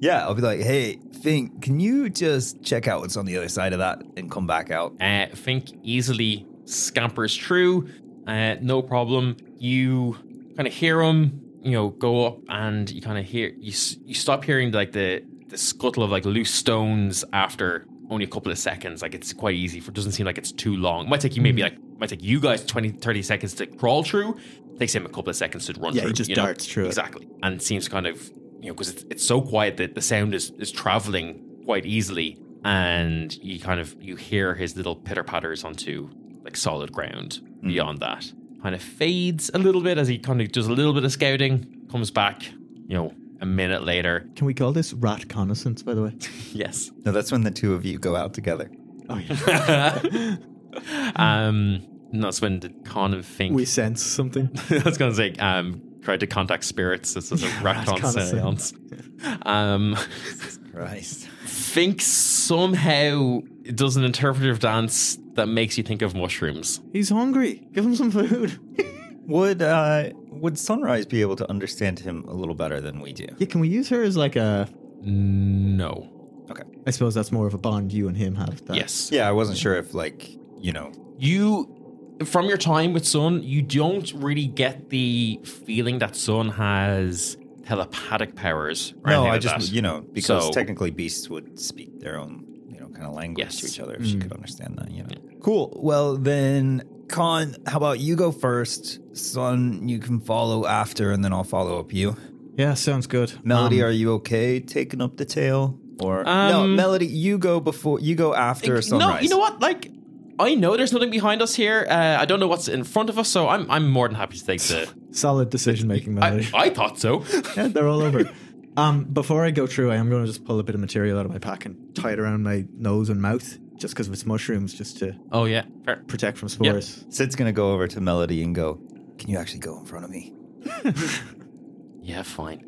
S4: yeah, I'll be like, hey, Fink, can you just check out what's on the other side of that and come back out?
S3: Uh, Fink easily scampers through, uh, no problem. You kind of hear him, you know, go up, and you kind of hear you. s- You stop hearing like the the scuttle of like loose stones after only a couple of seconds. Like it's quite easy for doesn't seem like it's too long. It might take you
S2: Hmm.
S3: maybe like might take you guys 20, 30 seconds to crawl through. takes him a couple of seconds to run
S2: Yeah, he
S3: through.
S2: just
S3: you know?
S2: darts through it.
S3: Exactly. And it seems kind of you know, because it's it's so quiet that the sound is is traveling quite easily and you kind of you hear his little pitter patters onto like solid ground beyond that. Kind of fades a little bit as he kind of does a little bit of scouting, comes back, you know, a minute later.
S2: Can we call this rat connaissance, by the way?
S3: Yes.
S4: No, that's when the two of you go out together.
S2: Oh, yeah.
S3: Um, and that's when the con of Fink.
S2: we sense something.
S3: I was going to say, um, tried to contact spirits. This is a retcon
S2: kinda
S3: seance. Um,
S4: Christ.
S3: Fink somehow does an interpretive dance that makes you think of mushrooms.
S2: He's hungry. Give him some food.
S4: Would uh would Sunrise be able to understand him a little better than we do?
S2: Yeah, can we use her as like a?
S3: No.
S4: Okay.
S2: I suppose that's more of a bond you and him have. That.
S3: Yes.
S4: Yeah, I wasn't sure if like, you know,
S3: You, from your time with Sun, you don't really get the feeling that Sun has telepathic powers. Or
S4: no,
S3: anything
S4: I
S3: like
S4: just,
S3: that.
S4: you know, because
S3: So-
S4: technically beasts would speak their own, you know, kind of language
S3: Yes.
S4: to each other if she could understand that, you know. Hmm. Cool. Well, then, Con, how about you go first? Son, you can follow after, and then I'll follow up you.
S2: Yeah, sounds good. Um,
S4: Melody, are you okay taking up the tail? Or no,
S3: Um,
S4: Melody, you go before you go after sunrise.
S3: No, you know what? Like, I know there's nothing behind us here. Uh, I don't know what's in front of us, so I'm I'm more than happy to take the.
S2: Solid decision making,
S3: I,
S2: Melody.
S3: I thought so.
S2: yeah, they're all over. Um, before I go through, I am going to just pull a bit of material out of my pack and tie it around my nose and mouth, just because it's mushrooms, just to
S3: oh yeah, fair.
S2: protect from spores.
S4: Sid's gonna go over to Melody and go, Can you actually go in front of me?
S3: Yeah, fine.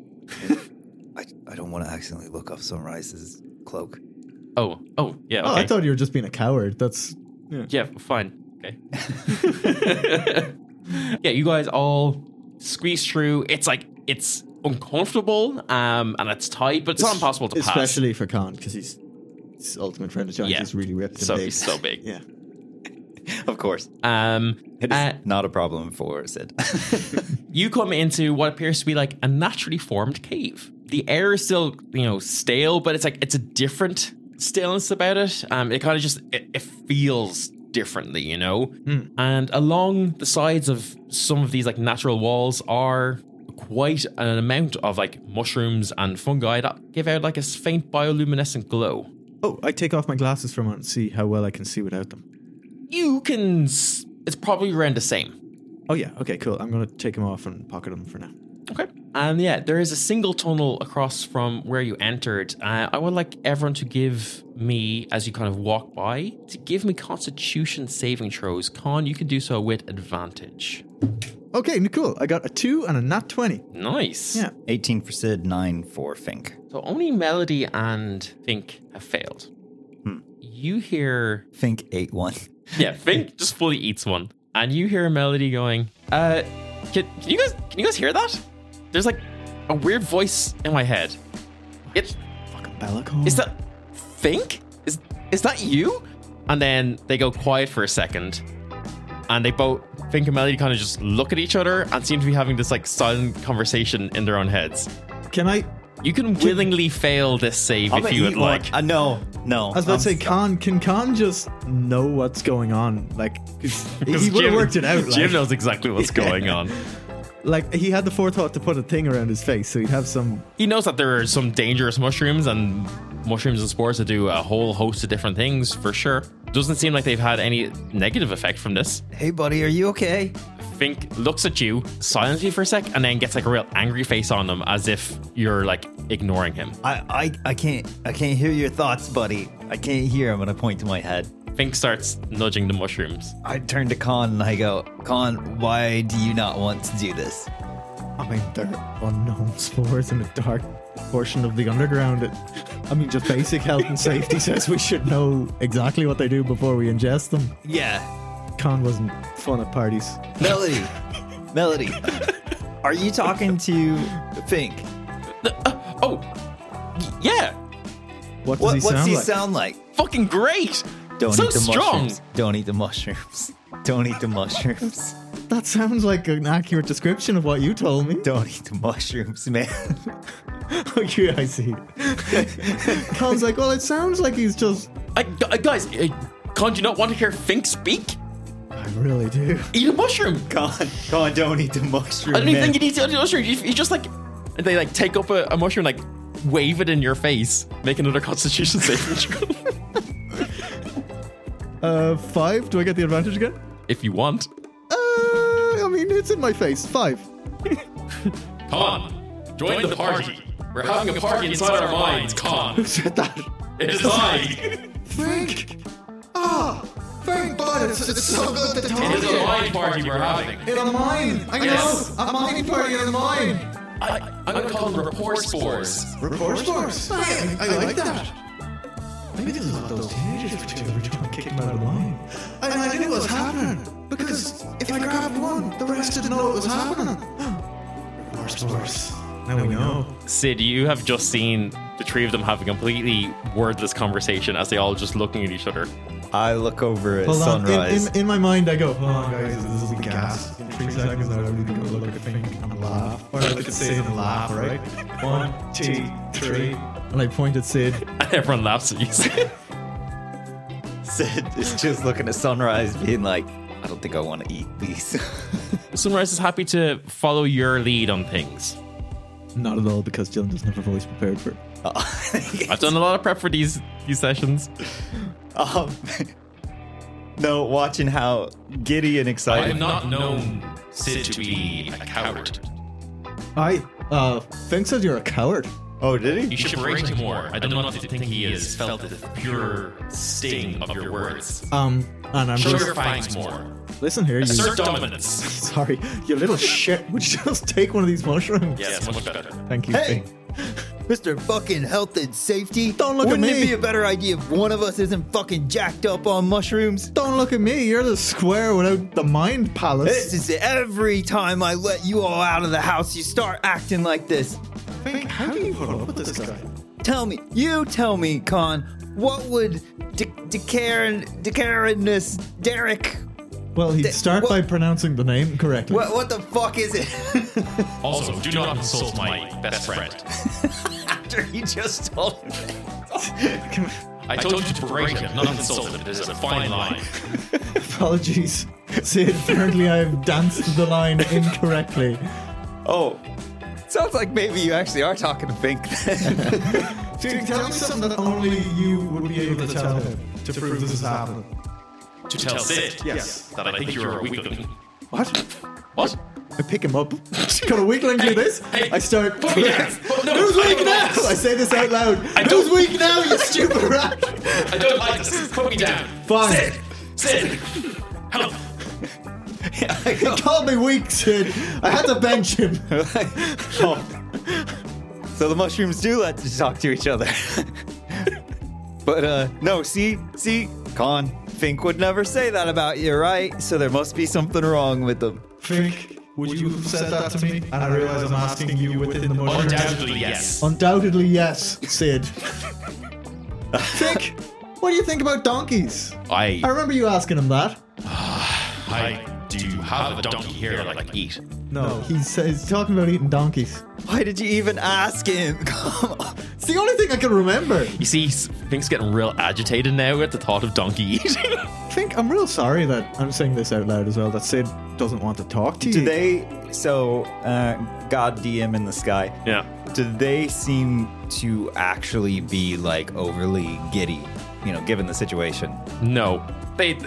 S4: I, I don't want to accidentally look up Sunrise's cloak.
S3: Oh, oh yeah. Okay.
S2: Oh, I thought you were just being a coward. That's
S3: yeah, fine. Okay. yeah, you guys all squeeze through. It's like it's uncomfortable, um, and it's tight, but it's not impossible to pass.
S2: especially for Khan because he's his ultimate friend of giant.
S3: Yeah.
S2: He's really ripped. and
S3: So
S2: big.
S3: he's so big.
S2: yeah.
S4: Of course.
S3: Um,
S4: It is
S3: uh,
S4: not a problem for Sid.
S3: you come into what appears to be like a naturally formed cave. The air is still, you know, stale, but it's like it's a different staleness about it. Um, it kind of just it, it feels differently, you know. And along the sides of some of these like natural walls are quite an amount of like mushrooms and fungi that give out like a faint bioluminescent glow.
S2: Oh, I take off my glasses for a moment and see how well I can see without them.
S3: You can, s- it's probably around the same.
S2: Oh yeah, okay, cool. I'm going to take them off and pocket them for now.
S3: Okay. And Um, yeah, there is a single tunnel across from where you entered. Uh, I would like everyone to give me, as you kind of walk by, to give me Constitution saving throws. Con, you can do so with advantage.
S2: Okay, cool. I got a two and a nat twenty.
S3: Nice.
S2: Yeah.
S4: 18 for Sid, 9 for Fink.
S3: So only Melody and Fink have failed. You hear,
S4: Fink ate one.
S3: yeah, Fink just fully eats one, and you hear Melody going, "Uh, can, can you guys can you guys hear that? There's like a weird voice in my head. It's
S2: Fucking Bellicon.
S3: Is that Fink? Is is that you? And then they go quiet for a second. And they both Fink and Melody kind of just look at each other and seem to be having this like silent conversation in their own heads.
S2: Can I?
S3: You can willingly fail this save if you would like.
S4: Uh, no, no.
S2: I was about to say, Khan. Can Khan just know what's going on? Like, 'cause he would have worked it out.
S3: Jim
S2: Like,
S3: knows exactly what's going on.
S2: like, he had the forethought to put a thing around his face, so he'd have some.
S3: He knows that there are some dangerous mushrooms and mushrooms and spores that do a whole host of different things for sure. Doesn't seem like they've had any negative effect from this.
S4: Hey, buddy, are you okay?
S3: Fink looks at you silently for a sec and then gets like a real angry face on them as if you're like ignoring him.
S4: I, I, I can't, I can't hear your thoughts, buddy. I can't hear. I'm gonna point to my head.
S3: Fink starts nudging the mushrooms.
S4: I turn to Con and I go, Con, why do you not want to do this?
S2: I mean, they're unknown spores in a dark portion of the underground. It, I mean, just basic health and safety says we should know exactly what they do before we ingest them.
S4: Yeah,
S2: Khan wasn't fun at parties.
S4: Melody, Melody, are you talking to Fink?
S3: Oh, y- yeah,
S2: What does
S4: What,
S2: he
S4: what's
S2: sound
S4: he
S2: like?
S4: sound like?
S3: fucking great.
S4: Don't
S3: so
S4: eat the
S3: strong.
S4: mushrooms. Don't eat the mushrooms. Don't eat the mushrooms.
S2: that sounds like an accurate description of what you told me.
S4: Don't eat the mushrooms, man.
S2: okay, I see. Khan's like, well, it sounds like he's just
S3: I, gu- uh, guys, uh, can't you not want to hear Fink speak?
S2: I really do.
S3: Eat a mushroom.
S4: Con, Con, don't eat the mushroom.
S3: I don't even
S4: man.
S3: think you need to eat a mushroom. You, you just like, and they like take up a, a mushroom, like wave it in your face, make another Constitution saving throw
S2: Uh, five. Do I get the advantage again?
S3: if you want.
S2: Uh, I mean, it's in my face. Five.
S5: Con, join the party. We're having a party inside our minds, Con.
S2: Said that.
S5: It is I.
S2: Frank. Ah, Frank Bud. It's, it's so good to
S5: It
S2: talk
S5: is a mind party we're having.
S2: In a mine. I know.
S5: Yes.
S2: A mining party in a mine.
S5: I, I'm gonna call them rapport spores.
S2: Report force. I, I, like that. Maybe this is what those teenagers were doing every time I kicked them out of the mine. And I knew it was happening. Because if I grabbed one, the rest didn't know it was happening. Remorse, remorse. Now we know.
S3: Sid, you have just seen the three of them have a completely wordless conversation as they all just looking at each other.
S4: I look over at
S2: Hold on.
S4: sunrise.
S2: In, in, in my mind, I go, hold on, guys, this is the gas. In three seconds, I need to go look at Fink and laugh. Or I could say and laugh, right? One, two, three. And I point at Sid.
S3: And everyone laughs at you. Sid.
S4: Sid is just looking at sunrise, being like, I don't think I want to eat these.
S3: Sunrise is happy to follow your lead on things.
S2: Not at all, because Dylan doesn't have a voice prepared for it.
S3: I've done a lot of prep for these these sessions.
S4: um, no, watching how giddy and
S5: I
S4: excited.
S5: am not known, Sid, to be a coward.
S2: I, uh, Fink said you're a coward.
S4: oh, did
S5: You
S4: he?
S5: should berate him more. I don't know if you think he has felt the pure sting of your words.
S2: Um, and I'm
S5: Show
S2: just.
S5: your fangs more.
S2: Listen here, you.
S5: Assert dominance.
S2: Sorry, you little shit. Would you just take one of these mushrooms?
S5: Yes, much better.
S2: Thank you,
S4: Hey!
S2: Fink.
S6: Mr. Fucking Health and Safety.
S2: Don't look at
S6: Wouldn't
S2: me.
S6: it be a better idea if one of us isn't fucking jacked up on mushrooms?
S2: Don't look at me. You're the square without the mind
S6: This
S2: palace.
S6: is every time I let you all out of the house, you start acting like this.
S2: Fink, how do you put up with this guy?
S6: Tell me, you tell me, Con, what would De- Decarin, Decarinus Derek?
S2: Well, he'd
S6: Th-
S2: start
S6: what-
S2: by pronouncing the name correctly.
S6: What, what the fuck is it?
S5: Also, do not insult my best friend.
S6: After you just told him that.
S5: I told you to berate him, not insult him. There's a fine line.
S2: Apologies, Sid. Apparently, I've danced the line incorrectly.
S4: Oh,
S6: Sounds like maybe you actually are talking to Fink.
S2: Dude, tell me something that only you would be able to tell him to prove this is happening.
S5: To tell Sid
S2: Yes.
S5: that I think you're a weakling.
S2: What?
S5: What?
S2: I pick him up. Got a weakling do this?
S5: Hey,
S2: I start.
S5: put me down. No,
S2: Who's
S5: I
S2: weak
S5: don't
S2: now?
S5: like this.
S2: I say this out loud.
S5: don't-
S2: Who's weak now? You stupid rat.
S5: I don't like this. Put me down.
S2: Fine.
S5: Sid! Help!
S2: He called me weak, Sid. I had to bench him.
S6: Oh.
S4: so the mushrooms do let us talk to each other. but uh no, see, see, Con, Fink would never say that about you, right? So there must be something wrong with them.
S2: Fink, would you have said that to me? And I realize I'm asking you within the mushroom.
S5: Undoubtedly, yes.
S2: Undoubtedly, yes, Sid. Fink, what do you think about donkeys?
S5: I
S2: I remember you asking him that.
S5: I do have a donkey here that I can eat.
S2: No, he says he's talking about eating donkeys.
S6: Why did you even ask him? Come on.
S2: It's the only thing I can remember.
S3: You see, Fink's getting real agitated now at the thought of donkey eating.
S2: Fink, I'm real sorry that I'm saying this out loud as well. That Sid doesn't want to talk to
S4: Do
S2: you.
S4: they so uh God DM in the sky.
S3: yeah.
S4: Do they seem to actually be like overly giddy, you know, given the situation?
S3: No, they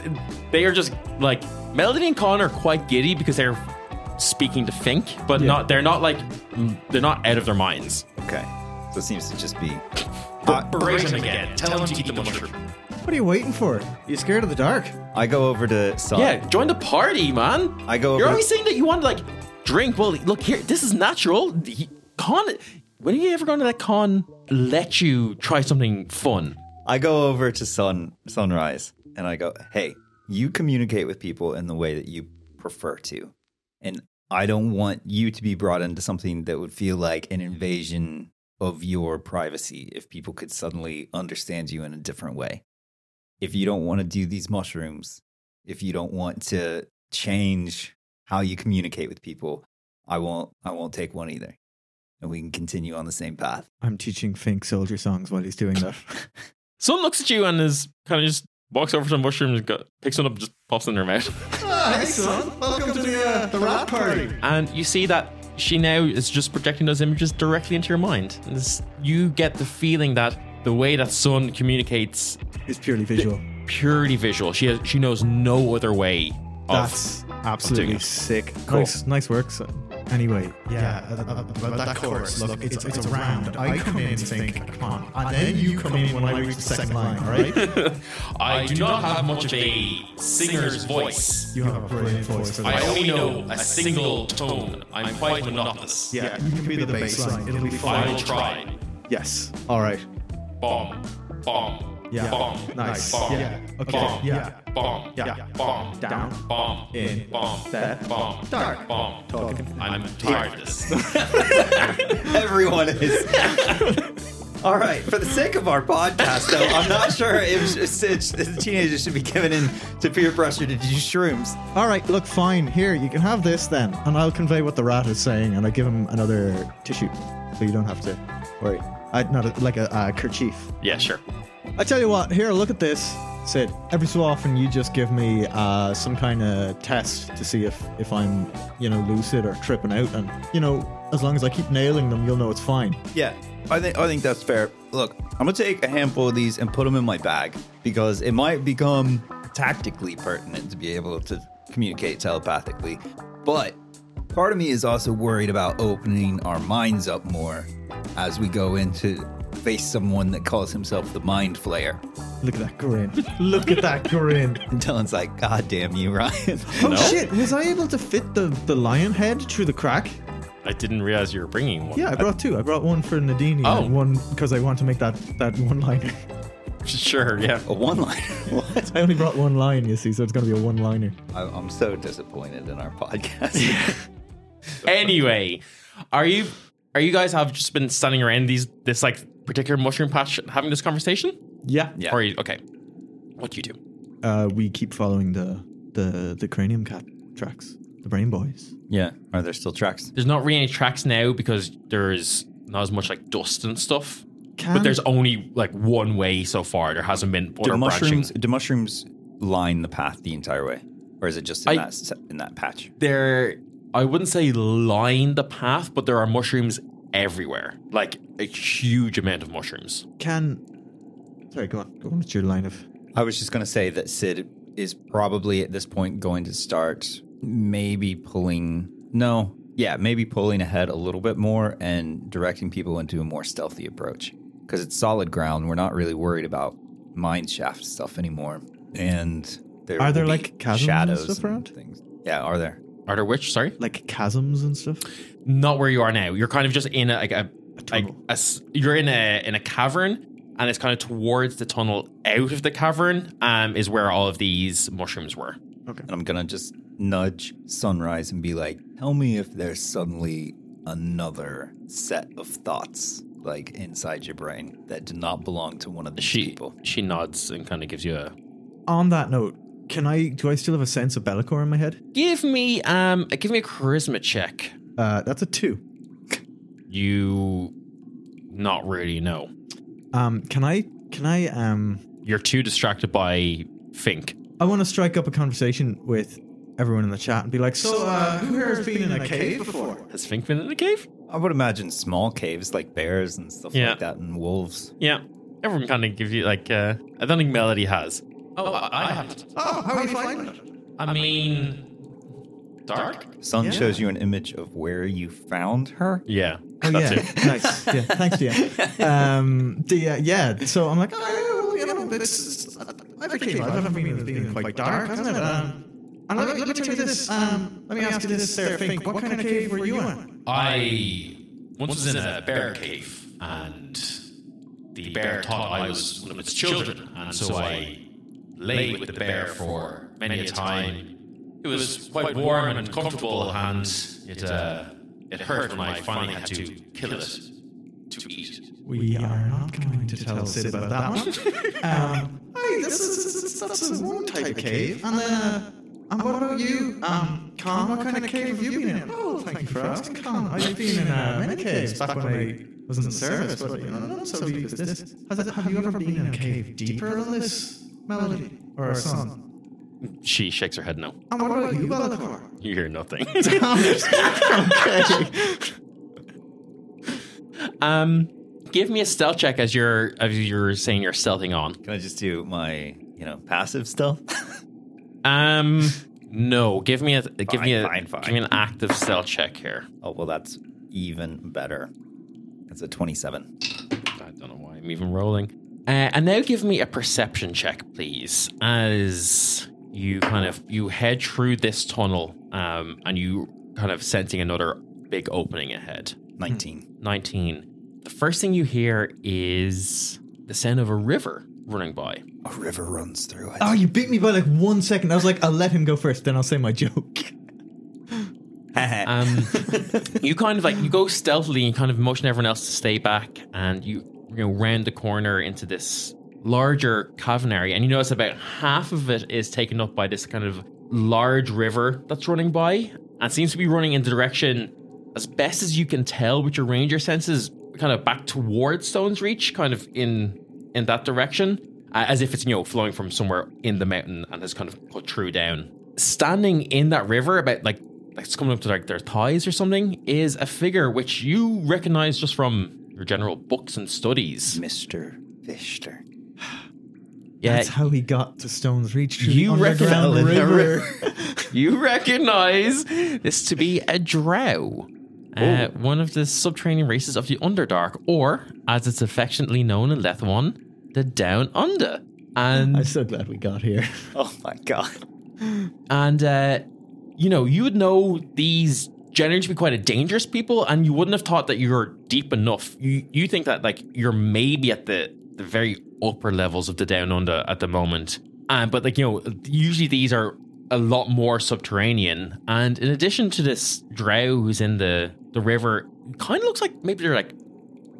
S3: they are just like Melody and Con are quite giddy because they're speaking to Fink, but
S2: Yeah.
S3: not they're not like they're not out of their minds.
S4: Okay. So it seems to just be
S5: Berate him again. Tell him to eat the mushroom.
S2: What are you waiting for? You scared of the dark?
S4: I go over to Sun.
S3: Yeah, join the party, man.
S4: Uh, I go
S3: You're
S4: over-
S3: always saying that you want to like drink. Well, look here, this is natural. He, Con, when are you ever going to let Con let you try something fun?
S4: I go over to sun sunrise and I go, "Hey, you communicate with people in the way that you prefer to, and I don't want you to be brought into something that would feel like an invasion of your privacy if people could suddenly understand you in a different way. If you don't want to do these mushrooms, if you don't want to change how you communicate with people, I won't. I won't take one either, and we can continue on the same path."
S2: I'm teaching Fink soldier songs while he's doing that.
S5: Sun looks at you and is kind of just walks over to the mushroom and go, picks one up and just pops it in her mouth.
S2: Hi, son. Welcome to the, uh, the rat party.
S5: And you see that she now is just projecting those images directly into your mind. And this, you get the feeling that the way that Sun communicates
S2: It's purely visual.
S5: purely visual. She has, she knows no other way. Of,
S2: That's absolutely
S5: it.
S2: sick. Nice, nice work, son. Anyway, yeah, uh, uh, about that chorus. Look, it's, it's a round. I come in thinking, come on, and then you come in when I reach the second line, all right?
S5: I, do not have much of a singer's voice.
S2: You have a brilliant voice for
S5: I
S2: that.
S5: only know a single tone. I'm quite monotonous.
S2: Yeah, you can be the bass line. It'll be
S5: I
S2: fine.
S5: will try.
S2: Yes. All right.
S5: Bomb. Bomb.
S2: Yeah.
S5: Bomb.
S2: Nice.
S5: Bomb.
S2: Yeah. Okay.
S5: Bomb.
S2: Yeah.
S5: Bomb.
S2: Yeah.
S5: Bomb.
S2: Down.
S5: Bomb.
S2: In.
S5: Bomb.
S2: There.
S5: Bomb.
S2: Dark.
S5: Bomb.
S2: Talking.
S5: I'm tired of this.
S4: Everyone is. All right, for the sake of our podcast, though, I'm not sure if, if the teenagers should be given in to peer pressure to do shrooms.
S2: All right. Look, fine. Here, you can have this then, and I'll convey what the rat is saying, and I give him another tissue, so you don't have to worry. I, not a, like a, uh kerchief.
S5: Yeah, sure.
S2: I tell you what, here, look at this. Sid, every so often you just give me uh, some kind of test to see if, if I'm, you know, lucid or tripping out. And, you know, as long as I keep nailing them, you'll know it's fine.
S4: Yeah, I think I think that's fair. Look, I'm gonna take a handful of these and put them in my bag because it might become tactically pertinent to be able to communicate telepathically. But part of me is also worried about opening our minds up more as we go into face someone that calls himself the Mind Flayer.
S2: Look at that grin. look at that grin.
S4: And Dylan's like, "God damn you, Ryan."
S2: Oh, shit. Was I able to fit the, the lion head through the crack?
S5: I didn't realize you were bringing one.
S2: Yeah, I brought two. I brought one for Nadine
S5: Oh.
S2: and one because I want to make that, that one liner.
S5: Sure, yeah.
S4: A one line. what?
S2: I only brought one line, you see, so it's going to be a one liner.
S4: I- I'm so disappointed in our podcast.
S5: Anyway, are you are you guys have just been standing around these this like particular mushroom patch having this conversation?
S2: Yeah.
S4: Yeah.
S5: Or are you, okay. What do you do?
S2: Uh, we keep following the, the, the cranium cat tracks, the brain boys.
S4: yeah. Are there still tracks?
S5: There's not really any tracks now because there's not as much like dust and stuff.
S2: Can-
S5: but there's only like one way so far. There hasn't been
S4: Mm. Do
S5: other branching.
S4: mushrooms, do mushrooms line the path the entire way, or is it just in
S5: I-
S4: that se- in that patch?
S5: There, I wouldn't say line the path, but there are mushrooms everywhere. Like a huge amount of mushrooms.
S2: Can sorry, go on, go on with your line of.
S4: I was just going to say that Sid is probably at this point going to start maybe pulling. No, yeah, maybe pulling ahead a little bit more and directing people into a more stealthy approach because it's solid ground. We're not really worried about mine shaft stuff anymore, and there
S2: Are
S4: will
S2: there,
S4: be
S2: like, chasms and
S4: shadows
S2: stuff around?
S4: things. Yeah, are there?
S5: Are there which? Sorry,
S2: Like chasms and stuff.
S5: not where you are now. You're kind of just in a, like a, like
S2: tunnel.
S5: a s- you're in a in a cavern, and it's kind of towards the tunnel out of the cavern. Um, is where all of these mushrooms were.
S4: And I'm gonna just nudge Sunrise and be like, tell me if there's suddenly another set of thoughts like inside your brain that do not belong to one of these
S5: She
S4: people.
S5: she nods and kind of gives you a
S2: On that note, can I? Do I still have a sense of Bellicor in my head?
S5: give me um give me a charisma check.
S2: Uh, that's a two.
S5: You not really know.
S2: Um, can I? Can I? Um,
S5: You're too distracted by Fink.
S2: I want to strike up a conversation with everyone in the chat and be like, so uh, who here has been in a cave before?
S5: Has Fink been in the cave?
S4: I would imagine small caves like bears and stuff
S5: Yeah.
S4: like that and wolves.
S5: Yeah. Everyone kind of gives you like uh, I don't think Melody has. Oh, I, I haven't.
S2: Oh, how are you finding it?
S5: I mean, dark.
S4: Sun
S2: Yeah.
S4: shows you an image of where you found her.
S5: Yeah.
S2: Oh,
S5: That's
S2: yeah,
S5: it.
S2: nice. Yeah, thanks, DM. Um, the, uh, yeah, so I'm like, oh, well, you know, it's, I've been came, I've been it's been quite dark, hasn't it? Um, and let, me- let me tell you this. Um, let me ask you this, there, Fink. What kind of cave were you in?
S5: I once was in a bear cave, and the bear thought I was one of its children, and so I lay with the bear for many a time. It was quite warm and comfortable, and it uh, it hurt when I finally had to kill it to eat.
S2: We are not going to tell Sid about that one. um, hey, this is that's a one type of cave. And then, uh, and what about you, um, Con? What kind of cave have you been in? Oh, thank you for asking, Con. I've been in uh, many uh, caves back when I wasn't in service, but you know, not so deep as this. Has it, have you ever been in a cave deeper than this, Melody? Or a song?
S5: She shakes her head no.
S2: And what about you, Balakor?
S5: You hear nothing. um, give me a stealth check as you're as you're saying you're stealthing on.
S4: Can I just do my, you know, passive stealth?
S5: Um, no. Give me a give me a
S4: Fine, fine,
S5: give me an active stealth check here.
S4: oh, well, that's even better. That's a 27.
S5: I don't know why I'm even rolling. Uh, and now give me a perception check, please, as you kind of you head through this tunnel, um, and you kind of sensing another big opening ahead.
S4: 19.
S5: 19. The first thing you hear is the sound of a river running by.
S4: A river runs through it.
S2: Oh, you beat me by like one second. I was like, I'll let him go first, then I'll say my joke.
S5: Um, you kind of like you go stealthily and kind of motion everyone else to stay back, and you you know round the corner into this larger cavern area, and you notice about half of it is taken up by this kind of large river that's running by, and seems to be running in the direction as best as you can tell with your ranger senses, kind of back towards Stone's Reach, kind of in in that direction, uh, as if it's you know flowing from somewhere in the mountain and has kind of cut through down. Standing in that river, about like like it's coming up to like their thighs or something, is a figure which you recognize just from your general books and studies.
S4: Mr. Fichter.
S5: Yeah,
S2: That's how he got to Stone's Reach. through
S5: You
S2: the underground
S5: recommend-
S2: river.
S5: you recognize this to be a drow. Uh, one of the subterranean races of the Underdark, or as it's affectionately known in Lethwan, the Down Under. And
S2: I'm so glad we got here.
S4: Oh my god.
S5: And uh, you know, you would know these generally to be quite a dangerous people, and you wouldn't have thought that you're deep enough. You you think that like you're maybe at the the very upper levels of the down under at the moment. Um, but like you know, usually these are a lot more subterranean. And in addition to this drow who's in the the river, kind of looks like maybe they're like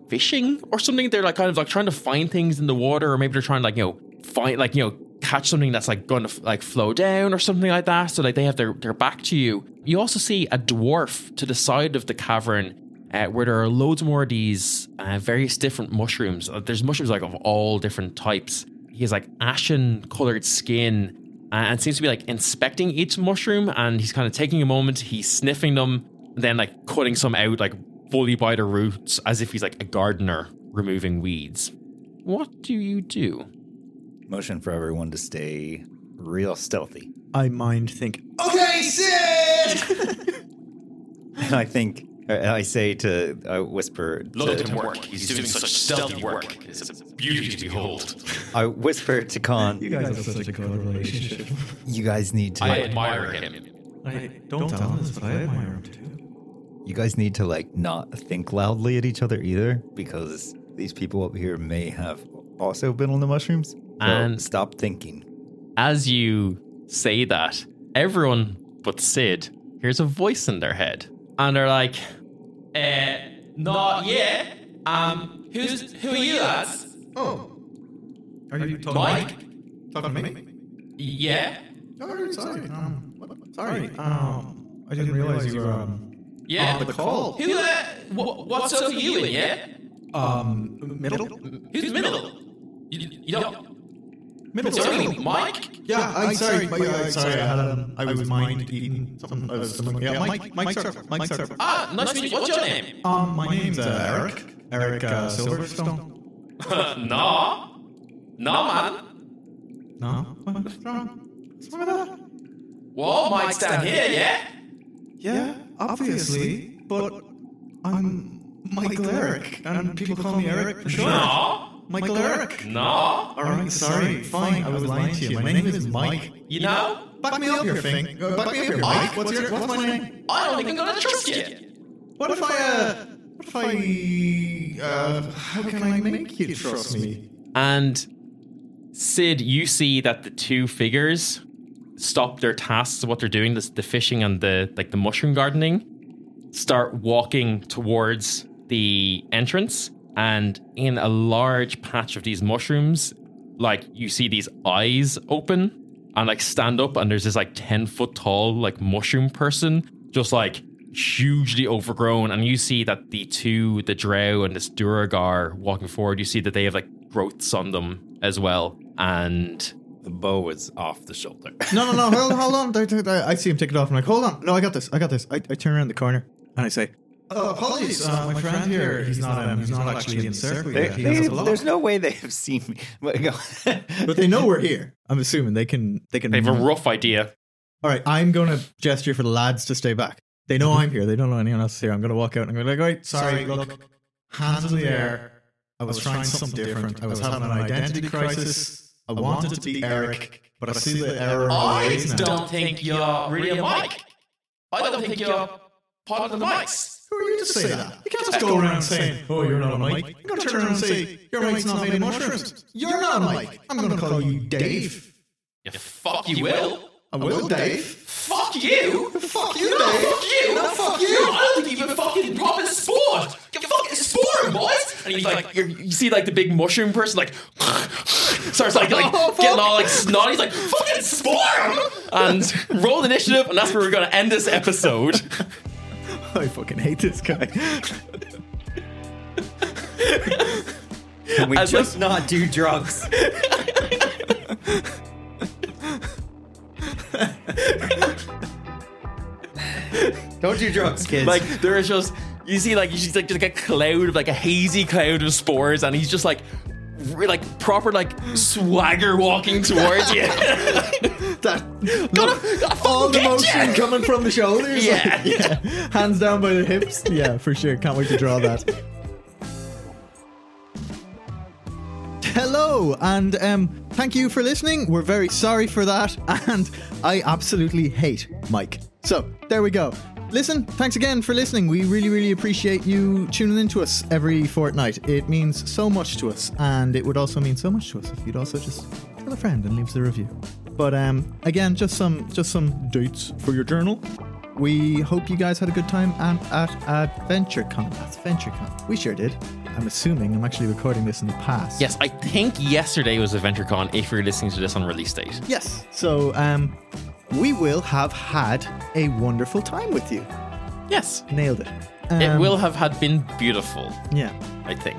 S5: fishing or something. They're like kind of like trying to find things in the water, or maybe they're trying to like you know find like you know catch something that's like going to like flow down or something like that. So like they have their their back to you. You also see a dwarf to the side of the cavern. Uh, where there are loads more of these uh, various different mushrooms. Uh, There's mushrooms like of all different types. He has like ashen colored skin uh, and seems to be like inspecting each mushroom. And he's kind of taking a moment. He's sniffing them, then like cutting some out like fully by the roots as if he's like a gardener removing weeds. What do you do?
S4: Motion for everyone to stay real stealthy.
S2: I mind think.
S7: Okay, Sid!
S4: And I think I I say to I whisper
S3: Look at
S4: to,
S3: him work. He's, doing, such stealthy work. It's a beauty to behold.
S4: I whisper to Khan.
S2: You guys have such a good relationship.
S4: You guys need to.
S3: I admire him.
S2: I don't tell him this, but I admire him too.
S4: you guys need to like not think loudly at each other either, because these people up here may have also been on the mushrooms. So
S5: And-
S4: stop thinking.
S5: As you say that, everyone but Sid hears a voice in their head. And they're like, eh, not yet. Um, who's, who are you lads?
S2: Oh. Are you talking
S5: Mike?
S2: Talking to me?
S5: Yeah.
S2: Oh, sorry. Um, what- sorry. Um, I didn't realize you were um,
S5: Yeah.
S2: on the call.
S5: Who, uh, wh- what's up you in, yeah?
S2: Um, middle?
S5: Who's middle? You, you don't,
S2: Middle.
S5: it's only Mike?
S2: Yeah, I'm sorry. Sorry, sorry. I, had, um, I was mind eating something. I was something. Yeah, Mike, Mike, Server. Mike, Server.
S5: Ah, nice to meet you. What's your name?
S2: Um, my name's uh, Eric. Eric uh, Silverstone.
S5: No. No, man.
S2: No? What's wrong? What's wrong with that?
S5: Well, Mike's down here, yeah?
S2: Yeah, obviously. But I'm Michael Eric, and people call me Eric for short.
S5: No.
S2: Michael Eric.
S5: No.
S2: All right, sorry, fine. I was lying to you. My name is Mike.
S5: You know?
S2: Back me up here, thing. Uh, Back me up here, Mike. What's your What's my name?
S5: I don't think I'm gonna trust you.
S2: What if I uh? What if I uh? How can I make you trust me?
S5: And Sid, you see that the two figures stop their tasks, what they're doing, this, the fishing and the like, the mushroom gardening, start walking towards the entrance, and in a large patch of these mushrooms, like you see these eyes open and like stand up, and there's this like ten foot tall like mushroom person just like hugely overgrown, and you see that the two, the Drow and this Duragar walking forward, you see that they have like growths on them as well. And
S8: The bow is off the shoulder.
S2: No, no, no. Hold, hold on. I, I- I see him take it off. I'm like, hold on. No, I got this. I got this. I, I turn around the corner and I say, uh, apologies, uh, my friend here. He's not. Um, he's not actually in the circle.
S4: They-
S2: yet. He
S4: they-
S2: has a block."
S4: there's no way they have seen me. But go-
S2: But they know we're here. I'm assuming they can. They can.
S5: they have a rough idea.
S2: All right, I'm going to gesture for the lads to stay back. They
S5: Mm-hmm.
S2: know I'm here. They don't know anyone else is here. I'm going to walk out and I'm going to be like, right, sorry, look, hands in the air. I was trying something different. I was having an identity crisis. I wanted to be Eric, but I see the error in my
S3: I
S2: ways now.
S3: don't think you're really a mic. I don't think you're part of the mics.
S2: Who are you to say that? You can't just go around saying, oh, you're not a mic. You gotta turn around and say, your mic's not made of mushrooms. You're not a mic. I'm going to call you Dave.
S3: Yeah, fuck you will.
S2: I will, Dave.
S3: Fuck you.
S2: Fuck you,
S3: No,
S2: Dave.
S3: fuck you.
S2: No, fuck you.
S3: I don't think you've been fucking proper sport. You're fucking sporting, boys. And he's like, you're, you see, like the big mushroom person, like starts like, like
S5: Oh,
S3: getting all like snotty. He's like, fucking sport. And roll initiative, and that's where we're gonna end this episode.
S2: I fucking hate this guy.
S4: Can we
S5: As
S4: just not do drugs? Don't do drugs, kids.
S5: Like there is just you see like you see like just like a cloud of like a hazy cloud of spores, and he's just like re- like proper like swagger walking towards you.
S2: that,
S5: Gonna- I
S2: all
S5: fucking
S2: the
S5: get ya!
S2: motion coming from the shoulders.
S5: Yeah.
S2: yeah. Hands down by the hips. Yeah, for sure. Can't wait to draw that. Hello, and um, thank you for listening. We're very sorry for that, and I absolutely hate Mike. So, there we go. Listen, thanks again for listening. We really, really appreciate you tuning in to us every fortnight. It means so much to us, and it would also mean so much to us if you'd also just tell a friend and leave us a review. But um, again, just some just some dates for your journal. We hope you guys had a good time and at AdventureCon. That's VentureCon. We sure did. I'm assuming I'm actually recording this in the past.
S5: Yes, I think yesterday was AdventureCon. If you're listening to this on release date,
S2: Yes. So um, we will have had a wonderful time with you.
S5: yes,
S2: Nailed it.
S5: it
S2: Um,
S5: will have had been beautiful.
S2: Yeah.
S5: I think.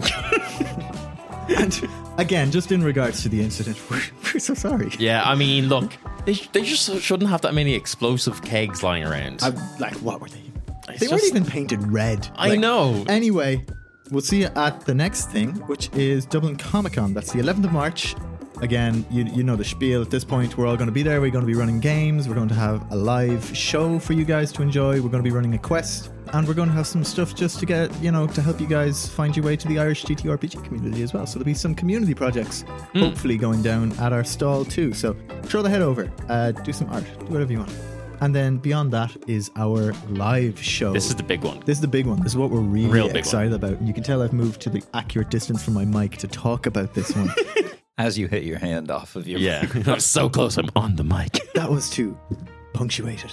S2: And again, just in regards to the incident, we're, we're so sorry.
S5: yeah, I mean, look, they, they just shouldn't have that many explosive kegs lying around.
S2: I, Um, like, what were they? even-
S5: It's
S2: They weren't
S5: just-
S2: even painted red.
S5: I
S2: Like,
S5: know.
S2: Anyway, we'll see you at the next thing, which is Dublin Comic Con. That's the 11th of March. Again, you, you know the spiel at this point. We're all going to be there. We're going to be running games. We're going to have a live show for you guys to enjoy. We're going to be running a quest. And we're going to have some stuff just to get, you know, to help you guys find your way to the Irish GTRPG community as well. So there'll be some community projects
S5: Hmm.
S2: hopefully going down at our stall too. So throw the head over, uh, do some art, do whatever you want. And then beyond that is our live show.
S5: This is the big one.
S2: This is the big one. This is what we're really
S5: Real big
S2: excited about. You can tell I've moved to the accurate distance from my mic to talk about this one.
S4: As you hit your hand off of your
S5: Yeah, I'm so close. I'm on the mic.
S2: that was too punctuated.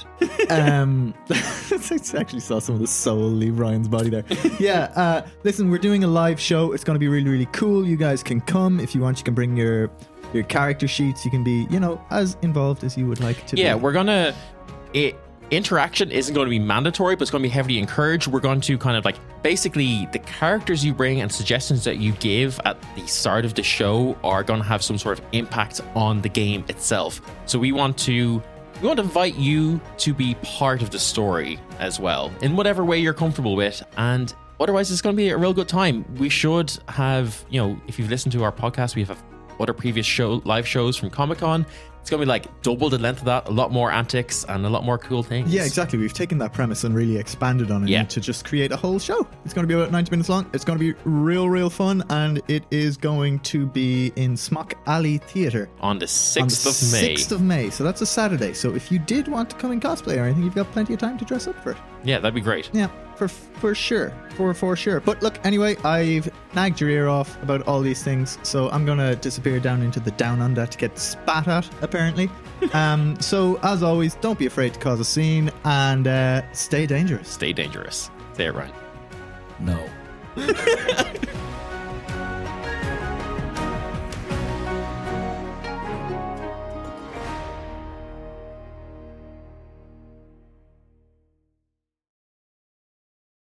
S2: Um, I actually saw some of the soul leave Ryan's body there. Yeah, uh, listen, we're doing a live show. It's going to be really, really cool. You guys can come if you want. You can bring your your character sheets. You can be, you know, as involved as you would like to.
S5: yeah
S2: be.
S5: we're gonna it interaction isn't going to be mandatory but it's going to be heavily encouraged we're going to kind of like basically the characters you bring and suggestions that you give at the start of the show are going to have some sort of impact on the game itself so we want to we want to invite you to be part of the story as well in whatever way you're comfortable with and otherwise it's going to be a real good time we should have you know if you've listened to our podcast we have other previous show live shows from Comic Con. It's gonna be like double the length of that, a lot more antics and a lot more cool things.
S2: Yeah, exactly. We've taken that premise and really expanded on it
S5: Yeah.
S2: to just create a whole show. It's going to be about 90 minutes long. It's going to be real, real fun. And it is going to be in Smock Alley Theatre
S5: On the
S2: on the
S5: sixth of May.
S2: 6th of May. So that's a Saturday. So if you did want to come in cosplay or anything, you've got plenty of time to dress up for it.
S5: yeah, that'd be great.
S2: Yeah, for for sure, for for sure. But look, anyway, I've nagged your ear off about all these things, so I'm gonna disappear down into the down under to get spat at, apparently. um, so as always, don't be afraid to cause a scene and uh, stay dangerous.
S5: Stay dangerous. Stay around.
S4: No.